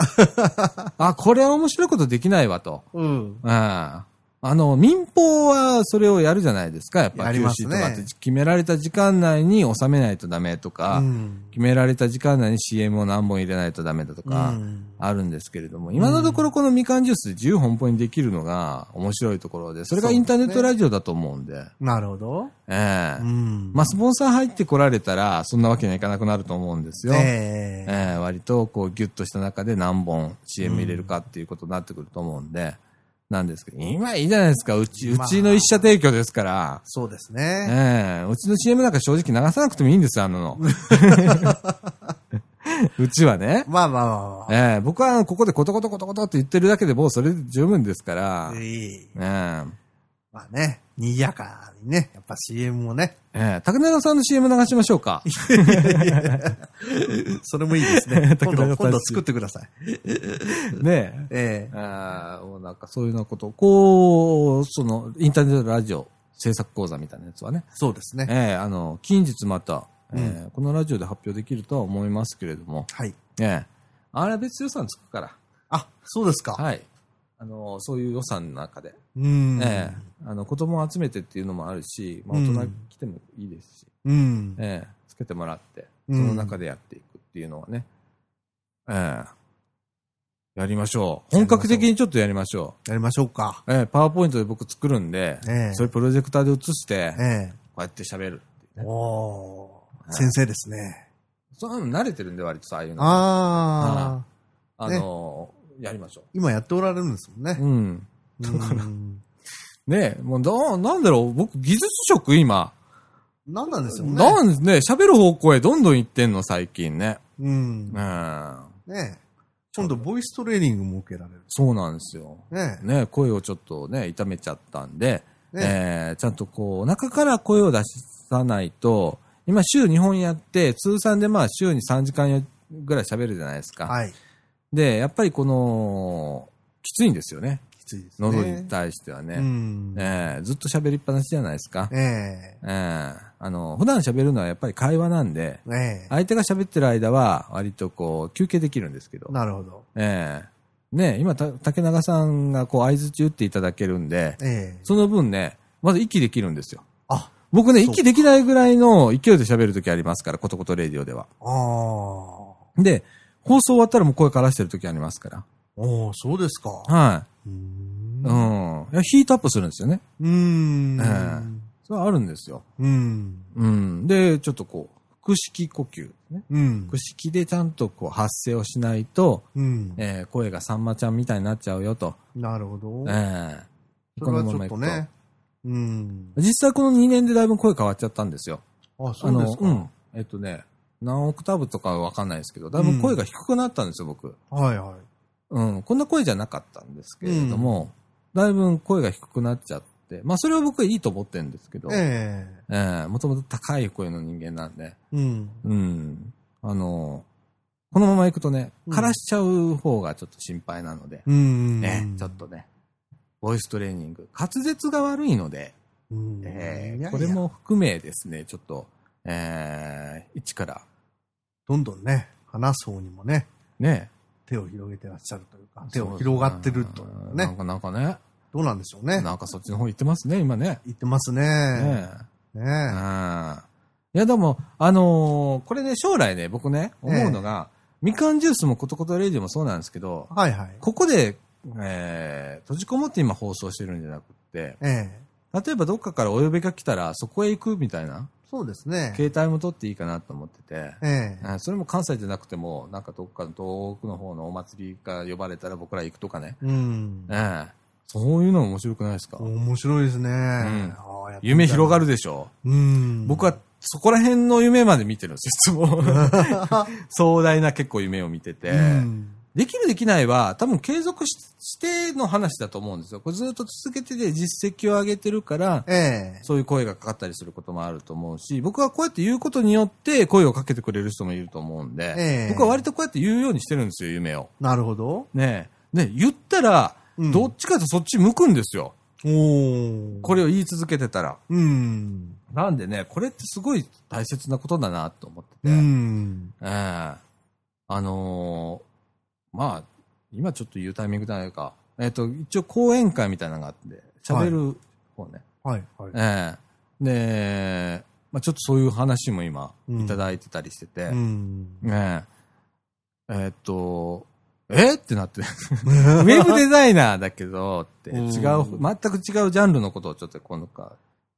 S1: あ、これは面白いことできないわと。
S2: うん。
S1: ああの、民放はそれをやるじゃないですか、やっぱ
S2: や
S1: り
S2: ります
S1: QC
S2: ね
S1: とかって決められた時間内に収めないとダメとか、
S2: うん。
S1: 決められた時間内に CM を何本入れないとダメだとか
S2: う、ん
S1: あるんですけれども、今のところこのみかんジュースで自由奔放にできるのが面白いところで、それがインターネットラジオだと思うんで、
S2: なるほど。
S1: ええ
S2: うん。
S1: まあ、スポンサー入ってこられたら、そんなわけにはいかなくなると思うんですよ。
S2: ええ。
S1: えー、割とこうギュッとした中で何本 CM 入れるかっていうことになってくると思うんで、なんですけど、今いいじゃないですか。うち、う
S2: まあ
S1: ちの一社提供ですから。
S2: そうですね。
S1: えー、うちの CM なんか正直流さなくてもいいんですよ、あ のの。 うちはね。
S2: まあまあまあま
S1: えー、僕はあのここでコトコトコトコトって言ってるだけでもうそれで十分ですから
S2: あ。。いい。
S1: えー
S2: まあね、賑やかにね、やっぱ CM をね、
S1: えー、竹中さんの CM 流しましょうか。。
S2: それもいいですね 今
S1: 桜田
S2: 度、
S1: さん
S2: 今度作ってください。
S1: ねえ。
S2: え
S1: あーもうなんかそういうようなことを、こう、その、インターネットラジオ制作講座みたいなやつはね、
S2: えそうですね。
S1: ええあの、近日また、ええこのラジオで発表できるとは思いますけれども、
S2: はい。
S1: ええあれは別予算つくから、
S2: あ、そうですか。
S1: はい。あの、そういう予算の中で、
S2: うん。
S1: ええあの、子供を集めてっていうのもあるし、まあ、大人来てもいいですし、
S2: うん。
S1: ええつけてもらって、そ
S2: うん
S1: の中でやっていくっていうのはね、ええやりましょう。本格的にちょっとやりましょ
S2: やりましょうか。
S1: う。えーパワーポイントで僕作るんで、
S2: ええ
S1: それプロジェクターで映して、
S2: え
S1: こうやって喋る。
S2: え。おー。先生ですね。
S1: そんなの慣れてるんで割とさ、ああいうの。あ
S2: ああ。
S1: のーやりましょ
S2: 今やっておられるんですもん
S1: う。
S2: ね。
S1: うん。
S2: うん
S1: ねえ、もうな、なんだろう、僕技術職今。
S2: なんなんですよね。
S1: なんですね、喋る方向へどんどん行ってんの、最近ね。
S2: うん。
S1: う
S2: ね
S1: ん。
S2: え今度、ボイストレーニングも受けられる。
S1: そうなんですよ。
S2: ね
S1: ね、声をちょっとね、痛めちゃったんで、
S2: ね
S1: えーちゃんとこう、お腹から声を出さないと、今週2本やって、通算でまあ週に3時間ぐらい喋るじゃないです
S2: え。
S1: か。
S2: はい。
S1: で、やっぱりこの、きついんですよね。
S2: きついですね。
S1: 喉に対してはね。
S2: うん。
S1: えーずっと喋りっぱなしじゃないですか。
S2: ええ。
S1: えーあの、普段喋るのはやっぱり会話なんで、
S2: え
S1: 相手が喋ってる間は割とこう、休憩できるんですけど
S2: え。。なるほど。
S1: ええね今、た竹永さんがこう、合図中っていただけるんで、
S2: ええ。
S1: その分ね、まず息できるんですよ。
S2: あ、
S1: 僕ね、
S2: そう
S1: 息できないぐらいの勢いで喋るときありますから、コトコトレディオでは。
S2: ああ。
S1: で、放送終わったらもう声枯らしてるときありますから。
S2: おー、そうですか。
S1: は
S2: うー
S1: い。
S2: ん
S1: うん。いやヒートアップするんですよね。
S2: うーん。
S1: えそれはあるんですよ。
S2: うん。
S1: うん。で、ちょっとこう、腹式呼吸、ね。
S2: うん
S1: 腹。式でちゃんとこう、発声をしないと、
S2: うん。
S1: えー声がさんまちゃんみたいになっちゃうよと。
S2: なるほど
S1: え。え
S2: それはちょ
S1: い
S2: っ
S1: く
S2: とね。うん。
S1: 実際この2年でだいぶ声変わっちゃったんですよ。
S2: あ、そうです
S1: あ
S2: か。
S1: のうん。えっとね、何オクターブとかはわかんないですけど、だいぶ声が低くなったんですよ、僕。
S2: はいは
S1: うん。こんな声じゃなかったんですけれども、だいぶ声が低くなっちゃって、まあそれは僕はいいと思ってるんですけど、
S2: い。
S1: え
S2: ええ。
S1: えもともと高い声の人間なんで、
S2: うん。
S1: うん。あの、このまま行くとね、
S2: うん
S1: 枯らしちゃう方がちょっと心配なので、
S2: うん。
S1: ええちょっとね、ボイストレーニング、滑舌が悪いので、
S2: うん。
S1: ええ
S2: いやいや
S1: これ。も含めですね、ちょっと、ええ一から、
S2: どんどんね、話そうにもね、
S1: ね。
S2: 手を広げてらっしゃるというか、手を広がってるというか
S1: なん
S2: ね。
S1: かなんかね、
S2: どうなんでしょうね。
S1: なんかそっちの方行ってますね、今ね。
S2: 言ってますね。
S1: ねえ。
S2: ねえ。
S1: いや、でも、あのーこれね、将来ね、僕ね、思うのが、みかんジュースもコトコトレイジオもそうなんですけど、
S2: はいはい。
S1: ここで、えー、閉じこもって今放送してるんじゃなくって、
S2: ええ。
S1: 例えばどっかからお呼びが来たら、そこへ行くみたいな、
S2: そうですね。
S1: 携帯も取っていいかなと思ってて、
S2: ええ。
S1: あそれも関西じゃなくても、なんかどっかの東北の方のお祭りが呼ばれたら僕ら行くとかね。
S2: うん。
S1: ええそういうの面白くないですか、
S2: 面白いですね。
S1: 夢広が
S2: る。
S1: るでしょ、
S2: うん。
S1: 僕はそこら辺の夢まで見てるんですよ、いつも。 壮大な結構夢を見てて。
S2: うん、
S1: できるできないは多分継続ししての話だと思うんですよ。これずっと続けてて実績を上げてるから、
S2: ええ
S1: そういう声がかかったりすることもあると思うし、僕はこうやって言うことによって声をかけてくれる人もいると思うんで、
S2: ええ
S1: 僕は割とこうやって言うようにしてるんですよ、夢を。
S2: なるほど。
S1: ねえ。ね言ったら、
S2: うん
S1: どっちかとそっち向くんですよ。
S2: おー
S1: これを言い続けてたら。
S2: うん。
S1: なんでね、これってすごい大切なことだなと思ってて。
S2: う
S1: え
S2: ん。
S1: えあのーまあ、今ちょっと言うタイミングじゃないか。えっ、と、一応講演会みたいなのがあって、喋る方ね。
S2: はい、はい。
S1: ええで、まあ、ちょっとそういう話も今、
S2: うん
S1: いただいてたりしてて、
S2: うん。
S1: えええーっと、えってな って、ウェブデザイナーだけど、って、
S2: う
S1: 違
S2: ん
S1: う、全く違うジャンルのことをちょっと今度か、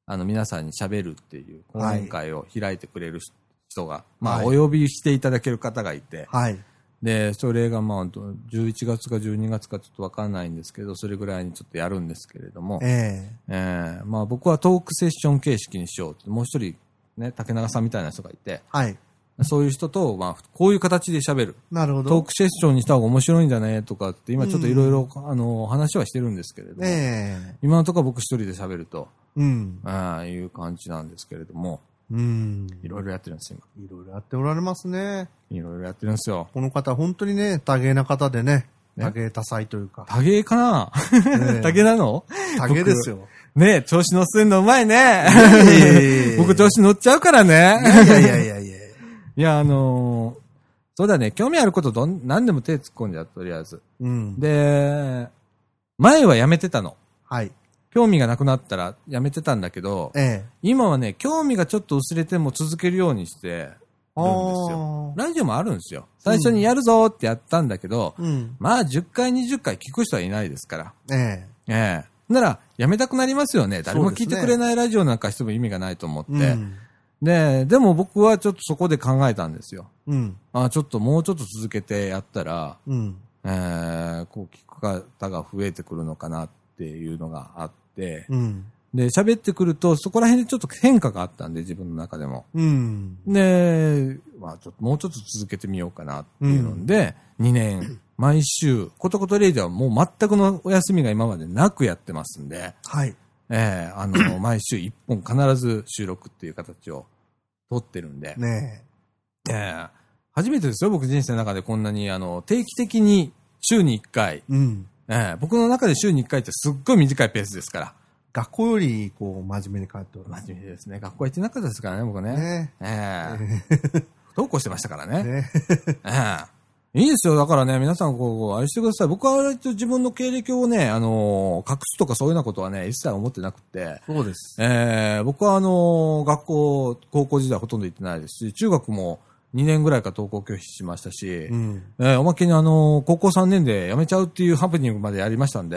S1: あの、皆さんに喋るっていう講演会を開いてくれる人が、まあ、
S2: はい
S1: お呼びしていただける方がいて、
S2: はい。
S1: で、それがまあ、ど11月か12月かちょっとわかんないんですけど、それぐらいにちょっとやるんですけれども、
S2: え
S1: えーまあ僕はトークセッション形式にしようって、もう一人、ね、竹永さんみたいな人がいて、
S2: えはい。
S1: そういう人と、まあ、こういう形で喋る。
S2: なるほど。
S1: トークセッションにした方が面白いんじゃねとかって、今ちょっといろいろ、あの、話はしてるんですけれども、
S2: ええ
S1: 今のところ僕一人で喋ると、
S2: うん。
S1: ああいう感じなんですけれども、
S2: うん。
S1: いろいろやってるんです、今。
S2: いろいろやっておられますね。
S1: いろいろやってるんですよ。
S2: この方、本当にね、多芸な方でね、
S1: ね
S2: 多芸多彩というか。
S1: 多芸かな
S2: ええ
S1: 多芸なの
S2: 多芸ですよ。
S1: ねえ、調子乗せんのうまい
S2: え
S1: ね
S2: え。
S1: 僕調子乗っちゃうからね。
S2: いやいやいやいやいや。
S1: いや、あのーそうだね、興味あることどん、何でも手突っ込んじゃう、とりあえず。
S2: うん。
S1: で、前はやめてたの。
S2: はい。
S1: 興味がなくなったらやめてたんだけど、
S2: ええ
S1: 今はね、興味がちょっと薄れても続けるようにして、るんですよ。
S2: あ
S1: ラジオもあるんですよ。最初にやるぞってやったんだけど、
S2: ーうん。
S1: まあ10回20回聞く人はいないですから。
S2: ええ。
S1: ええ。なら、やめたくなりますよね。誰も聞いてくれないラジオなんかしても意味がないと思って。で
S2: うん
S1: でも僕はちょっとそこで考えたんですよ。
S2: うん。
S1: あちょっともうちょっと続けてやったら、
S2: うん。
S1: えー、こう聞く方が増えてくるのかなっていうのがあって、
S2: うん。
S1: で、喋ってくるとそこら辺でちょっと変化があったんで、自分の中でも。
S2: うん。
S1: で、まあちょっともうちょっと続けてみようかなっていうので、2年、毎週、ことことレイディはもう全くのお休みが今までなくやってますんで、
S2: はい。
S1: ええあの、毎週1本必ず収録っていう形を取ってるんで、
S2: ね
S1: ええ初めてですよ、僕人生の中でこんなに、あの、定期的に週に1回、
S2: え。うん。
S1: ええ僕の中で週に1回ってすっごい短いペースですから。
S2: 学校より、こう、真面目に帰っております。
S1: 真面目ですね。学校行ってなかったですからね、僕ね。
S2: ね
S1: ええ不登校してましたからね。
S2: ね
S1: ええいいですよ。だからね、皆さんこう、こうあれしてください。僕は割と自分の経歴をね、あの隠すとかそういうようなことはね、一切思ってなくて、
S2: そうです。
S1: ええ僕はあの学校、高校時代ほとんど行ってないですし、中学も2年ぐらいか登校拒否しましたし、
S2: うん。
S1: ええおまけにあの高校3年で辞めちゃうっていうハプニングまでやりましたんで、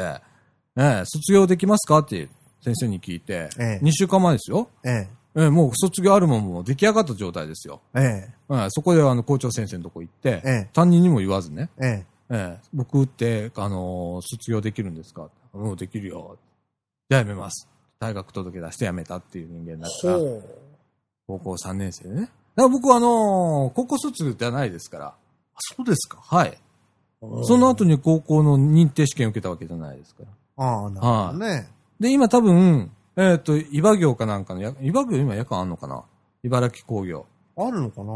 S1: ええ卒業できますかって先生に聞いて、
S2: ええ
S1: 2週間前ですよ。
S2: え
S1: ええもう卒業アルバムも出来上がった状態ですよ。
S2: え。え
S1: ええそこであの校長先生のとこ行って、
S2: ええ
S1: 担任にも言わずね、
S2: え。え
S1: ええ僕って、あのー卒業できるんですかもうんできるよ。じゃあ辞めます。大学届出して辞めたっていう人間だ
S2: え。
S1: から、高校3年生でね。だから僕はあのー高校卒じゃないですから。
S2: そうですか。
S1: はい。その後に高校の認定試験受けたわけじゃないですから。
S2: ああ、なるほどね。
S1: で、今多分、えっ、と、茨城かなんかのや、茨城今夜間あんのかな茨城工業。
S2: あるのかな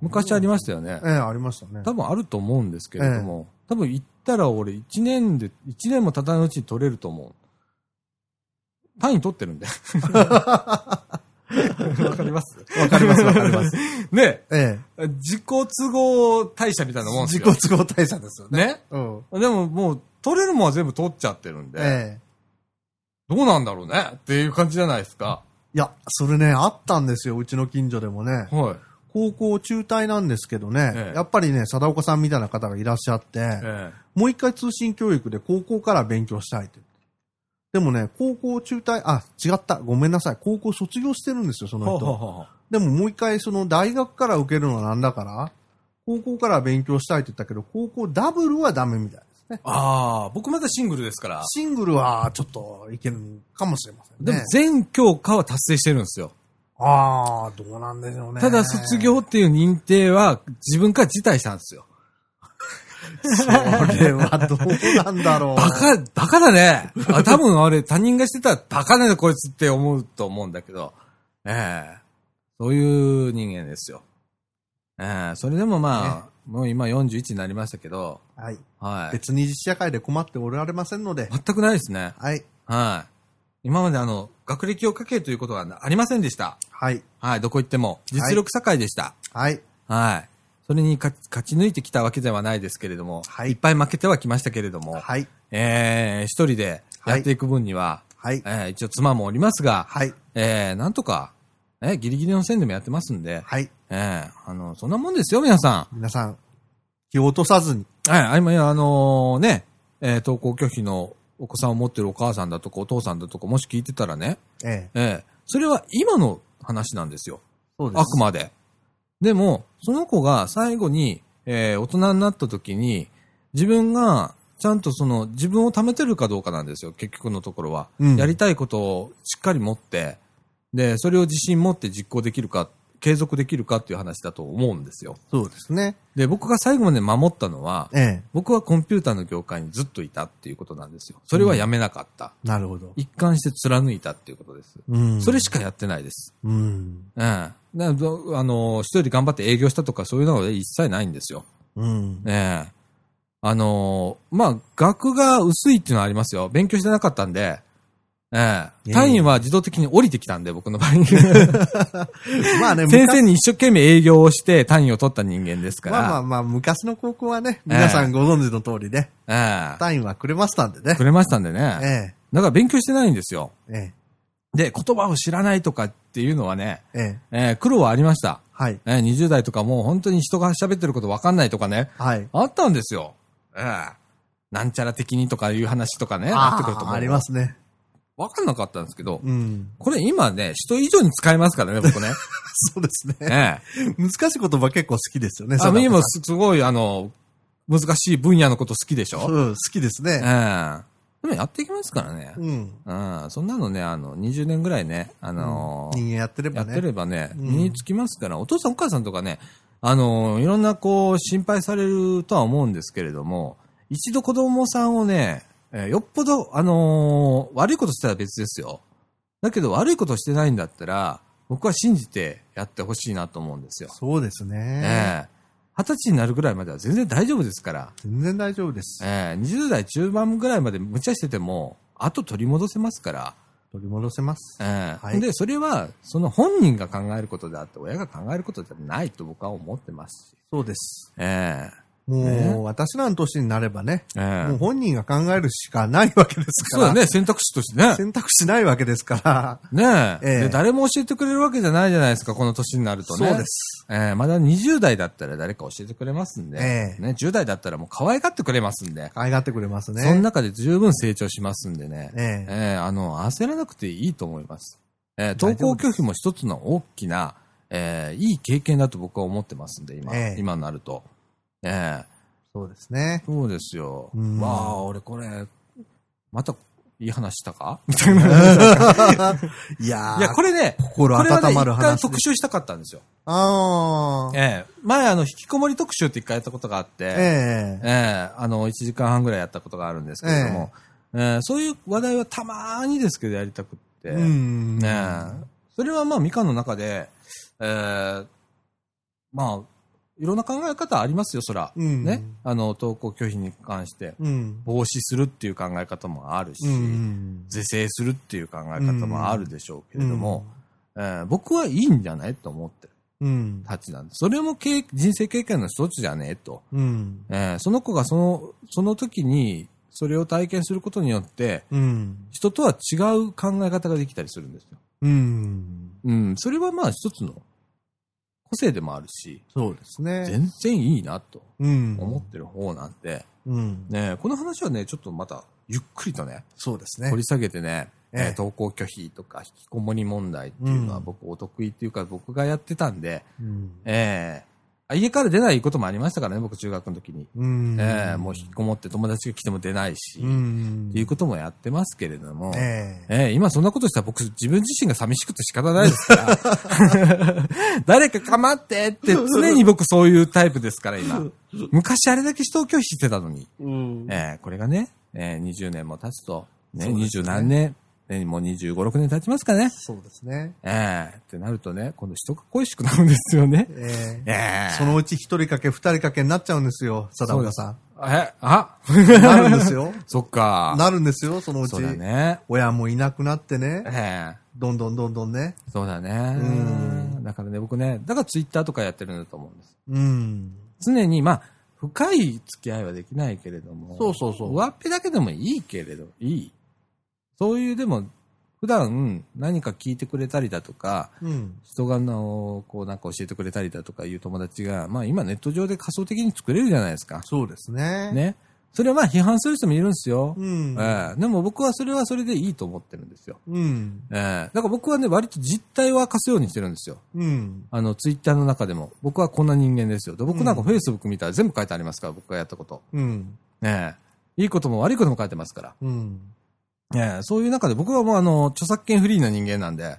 S1: 昔ありましたよね。
S2: ええ、ありましたね。
S1: 多分あると思うんですけれども、多分行ったら俺1年で、1年もたたないうちに取れると思う。単位取って るんで。わかります
S2: わかります、わかり ます。
S1: ね
S2: え
S1: え、自己都合大社みたい
S2: え
S1: なもん。です
S2: 自己
S1: よ。
S2: 都合大社ですよね。
S1: ね
S2: うん。
S1: でももう取れるもんは全部取っちゃってるんで、
S2: ええ。
S1: どうなんだろうねっていう感じじゃないですか。
S2: いや、それね、あったんですよ、うちの近所でもね。
S1: はい。
S2: 高校中退なんですけどね、
S1: ええ
S2: やっぱりね、貞岡さんみたいな方がいらっしゃって、
S1: え
S2: もう一回通信教育で高校から勉強したいって。でもね、高校中退、あ、違った、ごめんなさい、高校卒業してるんですよ、そ
S1: え。
S2: の
S1: はあ
S2: 人。
S1: はあはあ
S2: でももう一回、その大学から受けるのはなんだから、高校から勉強したいって言ったけど、高校ダブルはダメみたいですね。
S1: ああ、僕まだシングルですから。
S2: シングルはちょっといけるかもしれません
S1: で
S2: ね。
S1: も全教科は達成してるんですよ。
S2: ああ、どうなんでしょうね。
S1: ただ卒業っていう認定は自分から辞退したんですよ。
S2: それはどうなんだろう。
S1: バカ、バカだね。あ多分あれ他人がしてたらバカだねこいつって思うと思うんだけど。ええそういう人間ですよ。ええそれでもまあ、もう今41になりましたけど、
S2: はい。
S1: はい。
S2: 別に二次社会で困っておられませんので。
S1: 全くないですね。
S2: はい。
S1: はい。今まであの、学歴を書けということはありませんでした。
S2: はい。
S1: はい、どこ行っても。実力社会でした。
S2: はい。
S1: はい。それに勝ち勝ち抜いてきたわけではないですけれども、
S2: はい
S1: い、っぱい負けてはきましたけれども、
S2: はい。
S1: えー、一人でやっていく分には、
S2: はい。
S1: えー一応妻もおりますが、
S2: はい。
S1: えー、なんとか、えーギリギリの線でもやってますんで、
S2: はい。
S1: えー、あの、そんなもんですよ、皆さ
S2: 皆さん、気を落とさずに。
S1: ん。はい、あ今、あのーね、えー、登校拒否のお子さんを持ってるお母さんだとか、お父さんだとか、もし聞いてたらね、
S2: ええ。
S1: えー、それは今の話なんですよ。
S2: そうです。
S1: あくまで。でも、その子が最後に、えー大人になった時に、自分が、ちゃんとその、自分を貯めてるかどうかなんですよ、結局のところは。
S2: うん
S1: やりたいことをしっかり持って、で、それを自信持って実行できるか、継続できるかっていう話だと思うんですよ。
S2: そうですね。
S1: で、僕が最後まで守ったのは、
S2: ええ。
S1: 僕はコンピューターの業界にずっといたっていうことなんですよ。それはやめなかった。
S2: なるほど。
S1: 一貫して貫いたっていうことです。
S2: うん。
S1: それしかやってないです。
S2: うん。
S1: ええ。などあの、一人で頑張って営業したとかそういうのは一切ないんですよ。
S2: うん。
S1: ええ。あの、まあ、学が薄いっていうのはありますよ。勉強してなかったんで、え
S2: いえい
S1: え。
S2: え
S1: 単位は自動的に降りてきたんで、僕の場合 に。
S2: まあね、
S1: 先
S2: 昔
S1: 生に一生懸命営業をして単位を取った人間ですか
S2: まあまあ
S1: ら、
S2: まあ、昔の高校はね、皆さんご存知の通りね、
S1: え
S2: 単位はくれましたんでね
S1: え。く。れましたんで
S2: え
S1: ね。だから勉強してないんですよ。
S2: え。ええ。
S1: で、言葉を知らないとかっていうのはね、
S2: ええ。
S1: ええ、苦労はありました。
S2: はい。
S1: ね、20代とかもう本当に人が喋ってることわかんないとかね、
S2: はい。
S1: あったんですよ。ええなんちゃら的にとかいう話とかね、なってくると
S2: あ
S1: も
S2: ー
S1: う
S2: ありますね。
S1: わかんなかったんですけど、
S2: うん。
S1: これ今ね、人以上に使えますからね、僕 ね。
S2: そうですね。
S1: ええ
S2: 難しい言葉結構好きですよね。
S1: あ
S2: 貞子さん
S1: 今すすごい、あの、難しい分野のこと好きでしょ
S2: うん、好きです
S1: ええ
S2: ね。
S1: でもやっていきますからね。
S2: うん。
S1: うん。そんなのね、あの、20年ぐらいね、あのー
S2: 人間やってれば
S1: やっ
S2: ね。
S1: てればね、
S2: うん
S1: 身につきますから、お父さんお母さんとかね、あのーいろんなこう、心配されるとは思うんですけれども、一度子供さんをね、えーよっぽど、あのー悪いことしたら別ですよ。だけど悪いことしてないんだったら、僕は信じてやってほしいなと思うんですよ。
S2: そうです
S1: え
S2: ね。
S1: え二十歳になるぐらいまでは全然大丈夫ですから、
S2: 全然大丈夫です。
S1: ええ20代中盤ぐらいまで無茶してても、後取り戻せますから、
S2: 取り戻せます。
S1: ええ
S2: はい
S1: で、それは、その本人が考えることであって、親が考えることじゃないと僕は思ってますし。
S2: そうです。
S1: えね
S2: もう、私らの年になればね、
S1: えええ
S2: もう本人が考えるしかないわけです
S1: そ
S2: か
S1: うだ
S2: ら。
S1: ね、選択肢としてね。
S2: 選択肢ないわけですから。
S1: ねえ
S2: ええ
S1: で誰も教えてくれるわけじゃないじゃないですか、この年になるとね。
S2: そうです。
S1: ええまだ20代だったら誰か教えてくれますんで、
S2: ええ
S1: ね、10代だったらもう可愛がってくれますんで、
S2: 可愛がってくれますね。
S1: その中で十分成長しますんでね、え
S2: ええ
S1: えあの、焦らなくていいと思います。ええ登校拒否も一つの大きな、ええいい経験だと僕は思ってますんで、今、
S2: ええ
S1: 今になると。ええ
S2: そうで すね。
S1: そうですよ。
S2: うん
S1: わあ、俺これ、また、いい話した かみたいな。
S2: いやー
S1: いや、これね、
S2: 心
S1: これはね、
S2: 温まる
S1: 一回
S2: 話。
S1: 特集したかったんですよ。
S2: ああ。
S1: ええ前、あの、引きこもり特集って一回やったことがあって、
S2: ええ。
S1: ええあの、1時間半ぐらいやったことがあるんですけれども、ええそういう話題はたまーにですけどやりたくって、
S2: うん。
S1: ねえそれはまあ、みかんの中で、ええまあ、いろんな考え方ありますよ、そら。
S2: うん
S1: ね。あの、登校拒否に関して、
S2: うん。
S1: 防止するっていう考え方もあるし、
S2: うん。
S1: 是正するっていう考え方もあるでしょうけれども、ええ僕はいいんじゃないと思ってる
S2: うん。
S1: たちなんです。それも経人生経験の一つじゃねえと。
S2: うん。
S1: えーその子がその、その時に、それを体験することによって、
S2: うん。
S1: 人とは違う考え方ができたりするんですよ。
S2: うん。
S1: うん、それはまあ一つの個性でもあるし、
S2: そうですね。
S1: 全然いいなと
S2: うん。
S1: 思ってる方なんで、
S2: うん。
S1: ね、この話はね、ちょっとまたゆっくりとね、
S2: そうですね
S1: 掘。り下げてね、
S2: ええ
S1: えー登校拒否とか引きこもり問題っていうのは
S2: うん
S1: 僕お得意っていうか僕がやってたんで、
S2: うん。
S1: えー家から出ないこともありましたからね、僕中学の時に。
S2: うん
S1: えーもう引きこもって友達が来ても出ないし、
S2: うん。
S1: っていうこともやってますけれども、え
S2: ええ。
S1: え今そんなことしたら僕自分自身が寂しくて仕方ないですから、 誰か構ってって常に僕そういうタイプですから今。昔あれだけ人を拒否してたのに、
S2: うん。
S1: ええこれがね、ええ20年も経つと、ね、
S2: そう
S1: 二
S2: です
S1: 十、
S2: ね
S1: 何年、ね、もう25、6年経ちますかね。
S2: そうですね。
S1: ええってなるとね、今度人が恋しくなるんですよね。
S2: ええ。
S1: ええ
S2: そのうち一人かけ二人かけになっちゃうんですよ、貞岡さん。
S1: え、あ
S2: なるんですよ。
S1: そっか。
S2: なるんですよ、そのうち
S1: そう。だね。
S2: 親もいなくなって
S1: え
S2: ね、
S1: え
S2: どんどんどんどんね。
S1: そうだね。
S2: う
S1: だからね、僕ね、だからツイッターとかやってるんだと思うんです。
S2: うん。
S1: 常に、まあ、深い付き合いはできないけれども、
S2: そうそうそう
S1: 上っぺだけでもいいけれど、いい。そういう、でも、普段何か聞いてくれたりだとか、
S2: うん。
S1: 人があの、こうなんか教えてくれたりだとかいう友達が、まあ今ネット上で仮想的に作れるじゃないですか。
S2: そうですね。。
S1: ね。それはまあ批判する人もいるんですよ。
S2: うん。
S1: ええでも僕はそれはそれでいいと思ってるんですよ。
S2: うん。
S1: ええだから僕はね、割と実態を明かすようにしてるんですよ。
S2: うん。
S1: あの、ツイッターの中でも、僕はこんな人間ですよ。で僕なんか
S2: う
S1: フェイスブック見たら全部書いてありますから、僕がやったこと。
S2: うん。
S1: ねえ。いいことも悪いことも書いてますから。
S2: うん。
S1: ねえ、そういう中で僕はもうあの、著作権フリーな人間なんで、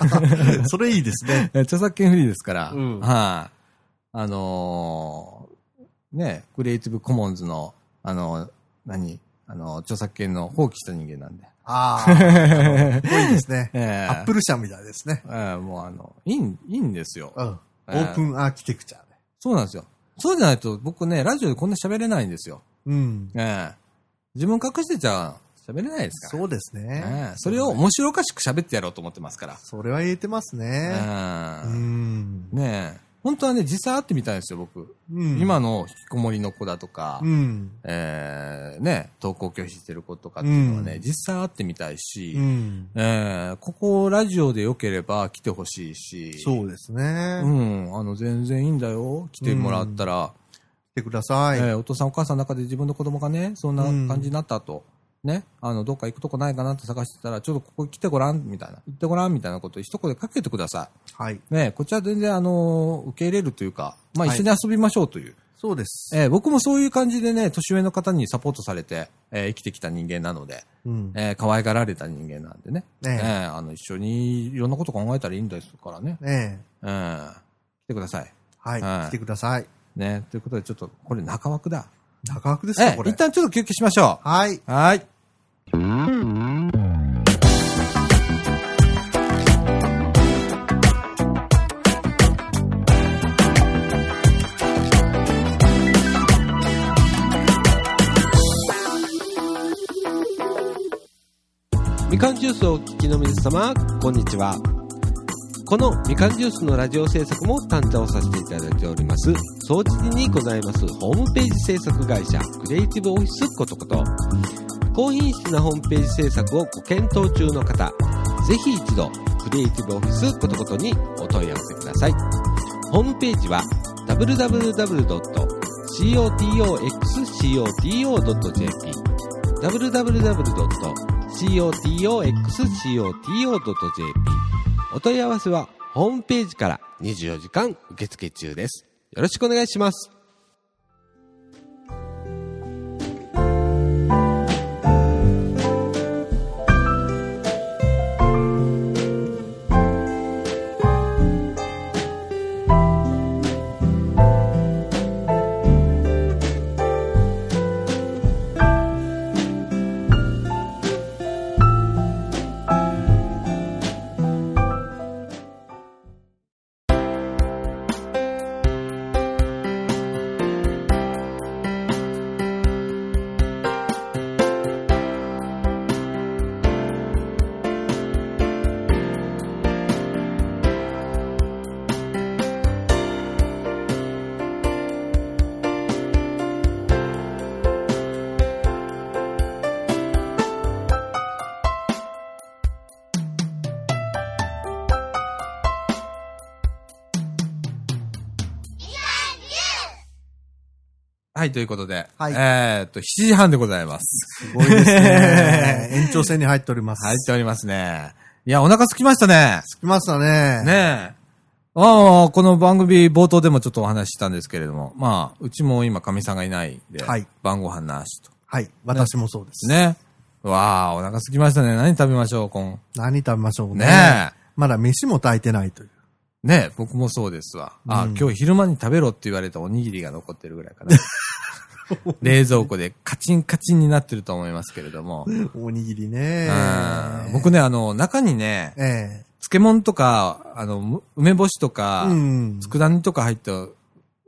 S2: それいいですね。
S1: え著作権フリーですから、
S2: うん
S1: はい、あのーねえ、クリエイティブコモンズの、あの何あの、著作権の放棄した人間なん で。
S2: ああ、かっ
S1: え
S2: こいいですね。
S1: え
S2: アップル社みたいですね。
S1: ええもうあの、いいん、いいんですよ。
S2: うん。オ
S1: ええ
S2: ープンアーキテクチャね。
S1: そうなんですよ。そうじゃないと僕ね、ラジオでこんな喋れないんですよ。
S2: うん。
S1: ええ自分隠してちゃ喋れないですから。
S2: そうです
S1: え
S2: ね
S1: え。それを面白おかしく喋ってやろうと思ってますから。
S2: それは言えてますね。う
S1: ええ
S2: ん。
S1: ねえ。本当はね、実際会ってみたいんですよ、僕。
S2: うん。
S1: 今の引きこもりの子だとか、
S2: うん。
S1: えー、ね、登校拒否してる子とかっていうのはね、
S2: うん
S1: 実際会ってみたいし、
S2: うん。
S1: えー、ここラジオで良ければ来てほしいし、
S2: そうですね。
S1: う
S2: 来
S1: ん、あの、全然いいんだよ。来てもらったら、
S2: てください。
S1: えーお父さんお母さんの中で自分の子供がね、そんな感じになったと、ね、あの、どっか行くとこないかなって探してたら、ちょっとここ来てごらん、みたいな、行ってごらん、みたいなこと一声かけてくださ
S2: はい。
S1: い。ね、こっちは全然、あの、受け入れるというか、まあ、
S2: はい
S1: 一緒に遊びましょうという。
S2: そうです。
S1: えー僕もそういう感じでね、年上の方にサポートされて、えー生きてきた人間なので、
S2: うん。
S1: えー可愛がられた人間なんでね。
S2: ええ
S1: えーあの、一緒にいろんなこと考えたらいいんですからね。
S2: ええ。
S1: えー来てください。
S2: はい。
S1: はい
S2: 来てください。
S1: ね、ということで、ちょっと、これ中枠だ。
S2: 中枠です
S1: え
S2: か、
S1: え
S2: これ。
S1: 一旦ちょっと休憩しましょ
S2: はい。
S1: う。はーい。
S3: みかんジュースをお聞きの皆様、こんにちは。このみかんジュースのラジオ制作も担当させていただいております、総知事にございますホームページ制作会社、クリエイティブオフィスことこと、高品質なホームページ制作をご検討中の方、ぜひ一度、クリエイティブオフィスことことにお問い合わせください。ホームページは www.cotoxcoto.jp www.cotoxcoto.jp お問い合わせはホームページから24時間受付中です。よろしくお願いします。
S1: はい、ということで、
S2: はい
S1: えーっと、7時半でございます。
S2: すごいですね。 延長戦に入っております。
S1: 入っておりますね。いや、お腹空きましたね。
S2: 来ましたね。。
S1: ねえ。ああ、この番組冒頭でもちょっとお話ししたんですけれども、まあ、うちも今、かみさんがいないんで、
S2: はい
S1: 晩ご飯なしと。
S2: はい。私もそうです。
S1: ね。わあ、お腹空きましたね。何食べましょう、今。
S2: 何食べましょうね。
S1: ねえ。
S2: まだ飯も炊いてないという。
S1: ねえ、僕もそうですわ。あ、
S2: うん
S1: 今日昼間に食べろって言われたおにぎりが残ってるぐらい かな。冷蔵庫でカチンカチンになってると思いますけれども。
S2: おにぎりね
S1: うん。僕ね、あの、中にね、
S2: え
S1: 漬物とか、あの、む梅干しと
S2: え
S1: か、
S2: うん。
S1: 佃煮とか入った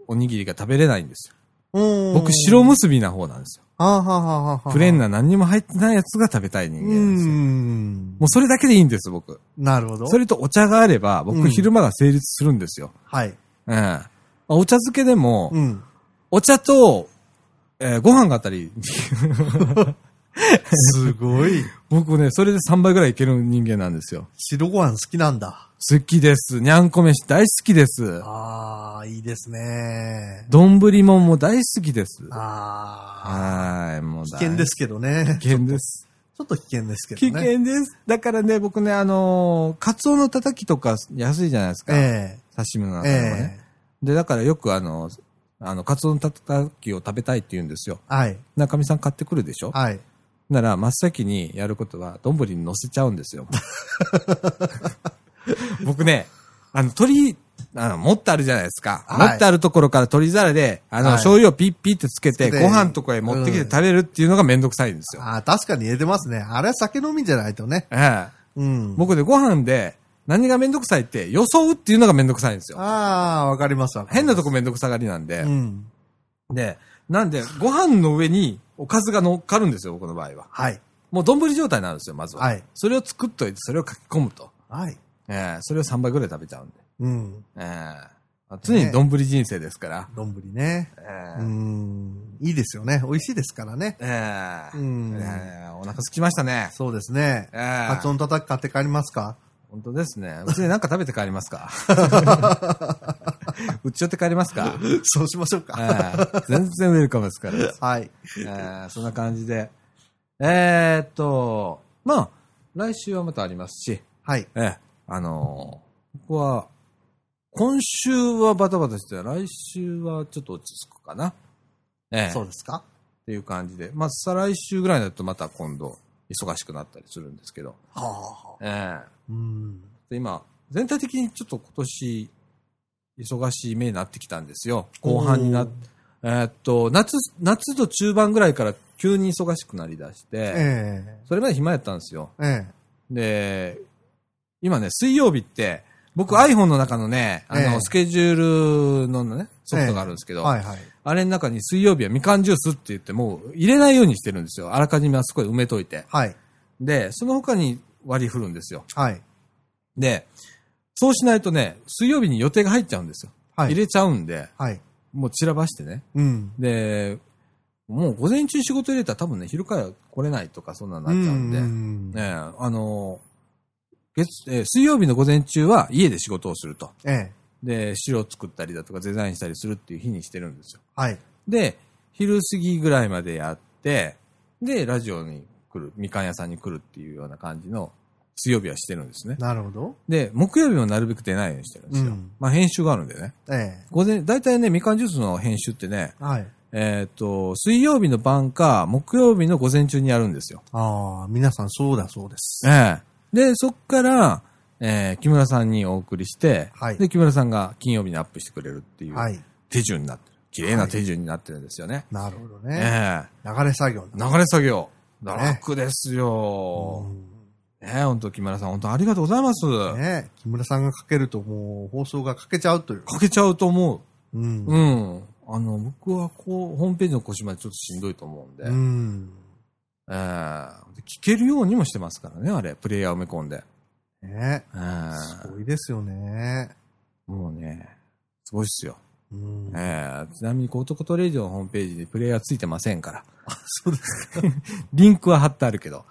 S1: おにぎりが食べれないんですよ。
S2: 僕
S1: 僕、白結びな方なんですよ。
S2: はあはあはあはあ。
S1: プレーンな何にも入ってないやつが食べたい人間
S2: う
S1: なんですよ。
S2: ん
S1: も。うそれだけでいいんです、僕。
S2: なるほど。
S1: それとお茶があれば、
S2: う
S1: 僕
S2: ん
S1: 昼間が成立するんですよ。
S2: はい。
S1: うん。まあお茶漬けでも、
S2: うん。
S1: お茶と、えーご飯があったり、
S2: すごい。
S1: 僕ね、それで3倍ぐらいいける人間なんですよ。
S2: 白ご飯好きなんだ。
S1: 好きです。にゃんこ飯大好きです。
S2: ああ、いいですね。
S1: 丼もんも大好きです。
S2: ああ。
S1: はーい、もう
S2: 危
S1: 大
S2: 険です。けどね。
S1: 危険です。
S2: ちょっと危険ですけ
S1: 危
S2: どね。
S1: 険です。だからね、僕ね、あのーカツオのたたきとか安いじゃないですか。
S2: え
S1: 刺身の中
S2: え。え
S1: でもね
S2: え。。
S1: で、だからよくあの、あの、カツオのたたきを食べたいって言うんですよ。
S2: はい。
S1: 中身さん買ってくるでしょ
S2: はい。
S1: なら、真っ先にやることは、丼に乗せちゃうんですよ。 僕ね、あの、鳥、あの、持ってあるじゃないですか。
S2: はい
S1: 持ってあるところから鳥皿で、あの、
S2: はい
S1: 醤油をピッピッってつけて、
S2: つけて
S1: ご飯とかへ持ってきて食べるっていうのがめんどくさいんですよ。
S2: ああ、確かに言えてますね。あれは酒飲みじゃないとね。
S1: ええ。
S2: うん。
S1: 僕ね、ご飯で、何がめんどくさいって、装うっていうのがめんどくさいんですよ。
S2: ああ、わかりますわ。
S1: 変なとこめんどくさがりなんで
S2: う。ん。
S1: で、なんで、ご飯の上におかずが乗っかるんですよ、僕の場合は。
S2: はい。
S1: もう丼状態なんですよ、まずは。
S2: はい
S1: それを作っといて、それを書き込むと。
S2: はい。
S1: ええそれを3杯ぐらい食べちゃうんで。
S2: うん。
S1: ええ常に丼人生ですから。
S2: 丼ね。
S1: え
S2: う
S1: ー
S2: ん。いいですよね。美味しいですからね。
S1: えー
S2: うん
S1: えーお腹すきましたね。
S2: そうですね。
S1: えー
S2: カツオのたたき買って帰ります か
S1: 本当ですね。うちで何か食べて帰ります かうち寄って帰りますか、
S2: そうしましょう
S1: え
S2: か。
S1: ー全然ウェルカムですから。
S2: はい。
S1: え ーそんな感じで。えーっと、まあ、来週はまたありますし、
S2: はい。
S1: ええ、あのーここは、今週はバタバタして、来週はちょっと落ち着くかな。ええ、
S2: そうですか
S1: っていう感じで。まあ、再来週ぐらいだとまた今度、忙しくなったりするんですけど。
S2: はあはあ。
S1: ええ、
S2: うん。
S1: で今、全体的にちょっと今年、忙しい目になってきたんですよ。後半になっ
S2: おー
S1: えーっと、夏、夏と中盤ぐらいから急に忙しくなりだして、
S2: え
S1: それまで暇やったんですよ。
S2: え。え
S1: で、今ね、水曜日って、僕 iPhone の中のね、あの、
S2: ええ
S1: スケジュールのね、ソフトがあるんですけ
S2: え。
S1: ど、
S2: はいはい。
S1: あれの中に水曜日はみかんジュースって言ってもう入れないようにしてるんですよ。あらかじめあそこで埋めといて。
S2: はい。
S1: で、その他に割り振るんですよ。
S2: はい。
S1: で、そうしないとね、水曜日に予定が入っちゃうんですよ。
S2: はい。
S1: 入れちゃうんで、
S2: はい。
S1: もう散らばしてね。
S2: うん。
S1: で、もう午前中仕事入れたら多分ね、昼から来れないとかそんなの
S2: う
S1: なっちゃうんで、
S2: ん
S1: ねえ、あの月、えー水曜日の午前中は家で仕事をすると。
S2: ええ。
S1: で、資料を作ったりだとかデザインしたりするっていう日にしてるんですよ。
S2: はい。
S1: で、昼過ぎぐらいまでやって、で、ラジオに来る、みかん屋さんに来るっていうような感じの、水曜日はしてるんですね。
S2: なるほど。
S1: で、木曜日もなるべく出ないようにしてるんですよ。
S2: うん
S1: まあ編集があるんでね。
S2: え
S1: 午前、だいたいね、みかんジュースの編集ってね、
S2: え。はい。
S1: えーっ、と、水曜日の晩か、木曜日の午前中にやるんですよ。
S2: ああ、皆さんそうだそうです。
S1: ええ。で、そっから、えー木村さんにお送りして、
S2: はい
S1: で、木村さんが金曜日にアップしてくれるっていう
S2: はい。
S1: 手順になってる。綺麗な手順になってるんですよね。
S2: なるほど
S1: え
S2: ね。流れ作業
S1: え
S2: だ。
S1: 流れ作業。
S2: ね
S1: 楽ですよ
S2: う。
S1: ねえ、本当木村さん、本当ありがとうございます。
S2: んね木村さんがかけるともう放送がかけちゃうという。
S1: かけちゃうと思う。
S2: うん
S1: う。ん。あの、僕はこう、ホームページの腰までちょっとしんどいと思うんで。
S2: うん。
S1: ええ聞けるようにもしてますからね、あれ。プレイヤーを埋め込んで。
S2: ね
S1: ええ
S2: すごいですよね。
S1: もうね、すごいっすよ。
S2: うん。
S1: ええちなみに、コートコトレイジオのホームページにプレイヤーついてませんから。
S2: そうです。
S1: リンクは貼ってあるけど。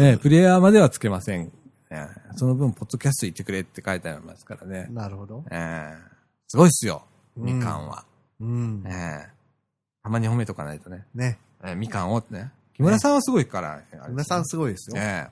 S1: ええプレイヤーまではつけません。ええその分、ポッドキャスト行ってくれって書いてありますからね。
S2: なるほど。
S1: ええすごいっすよ。
S2: うん
S1: みかんは。
S2: うん
S1: え。えたまに褒めとかないとね。
S2: ね。
S1: ええみかんをってね。木村さんはすごいから。
S2: 木村さんすごいですよ。
S1: え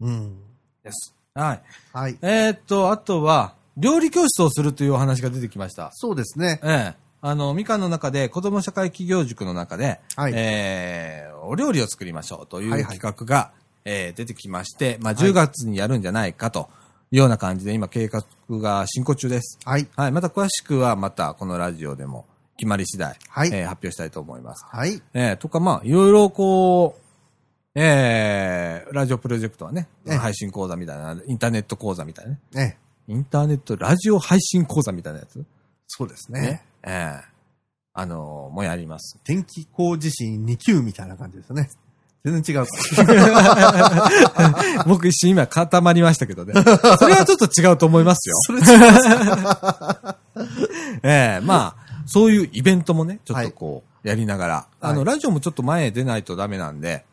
S2: うん。
S1: えです。はい。
S2: はい。
S1: えーっと、あとは、料理教室をするというお話が出てきました。
S2: そうですね。
S1: ええあの、みかんの中で、子供社会企業塾の中で、
S2: はい
S1: えーお料理を作りましょうとい
S2: はいうはい
S1: 企画が、えー出てきまして、まあ、
S2: はい
S1: 10月にやるんじゃないかというような感じで、今計画が進行中です。
S2: はい。
S1: はい。また詳しくは、またこのラジオでも決まり次第、
S2: はい
S1: えー発表したいと思います。
S2: はい。
S1: えーとか、まあ、いろいろこう、えーラジオプロジェクトはね、
S2: ええ
S1: 配信講座みたいな、インターネット講座みたいなね、
S2: ね。
S1: インターネットラジオ配信講座みたいなやつ
S2: そうです
S1: ね
S2: ね。。
S1: ええあのーもうやります。
S2: 天気工事士2級みたいな感じですね。全然違う。
S1: 僕一瞬今固まりましたけどね。それはちょっと違うと思いますよ。 ええまあ、そういうイベントもね、ちょっとこう、やりながら。あの、
S2: はい
S1: ラジオもちょっと前へ出ないとダメなんで、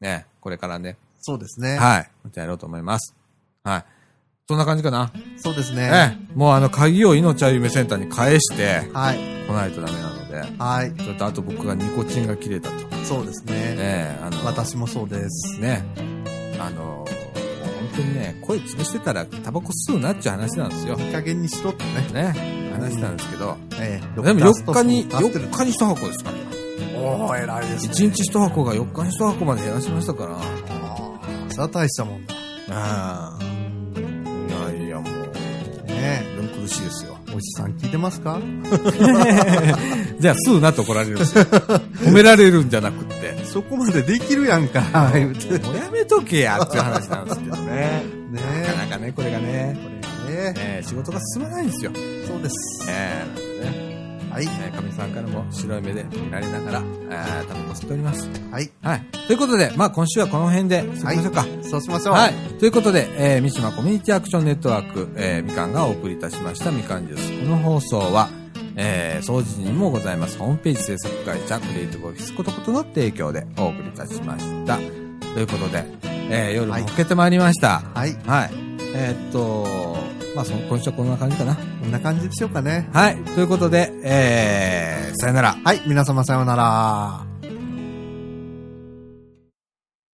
S1: ね、これからね、
S2: そうですね。
S1: はい、またやろうと思います。はい。そんな感じかな。
S2: そうです
S1: え
S2: ね。
S1: えもうあの、鍵を命あゆめセンターに返して、
S2: はい。
S1: 来ないとダメなので、
S2: はい。
S1: それとあと僕がニコチンが切れたと。
S2: そうですね。
S1: ええあの、
S2: 私もそうです。
S1: ね、あの、もう本当にね、声潰してたらタバコ吸うなっちゅう話なんですよ。
S2: いい加減にしろってね。
S1: ね、話したんですけど、
S2: ええ
S1: でも4日に、
S2: 出し
S1: 4
S2: てる
S1: 日に1箱ですから。
S2: おー、偉いですね。
S1: 1日1箱が4日に1箱まで減らしましたから。
S2: あーそれは大したもんだ。
S1: ああ。いやいや、もう、
S2: ね
S1: 全苦しいですよ。
S2: え。おじさん聞いてますか
S1: じゃあ、吸うなって怒られるんです よ。褒められるんじゃなくって。
S2: そこまでできるやんか。言うて。ね
S1: もうやめとけやっていう話なんですけどね。なか
S2: え。
S1: なかね、これがね、
S2: これがね。
S1: えー仕事が進まないんですよ。
S2: そうです。
S1: ええなんでね。
S2: はい。
S1: えーかみさんからも白い目で見られながら、えー、タバコ吸っております。
S2: はい。
S1: はい。ということで、まあ今週はこの辺で、そうしましょうか。
S2: そうしましょう。
S1: はい。ということで、えー、三島コミュニティアクションネットワーク、えー、みかんがお送りいたしましたみかんジュース。この放送は、えー、掃除にもございます。ホームページ制作会社、クリエイティブオフィスことことの提供でお送りいたしました。ということで、えー、夜も更けてまいりました。は
S2: はい。
S1: い。えーっと、まあその、今週はこんな感じかな。
S2: こんな感じでしょうかね。
S1: はい。ということで、えー、さよなら。
S2: はい。皆様さようなら。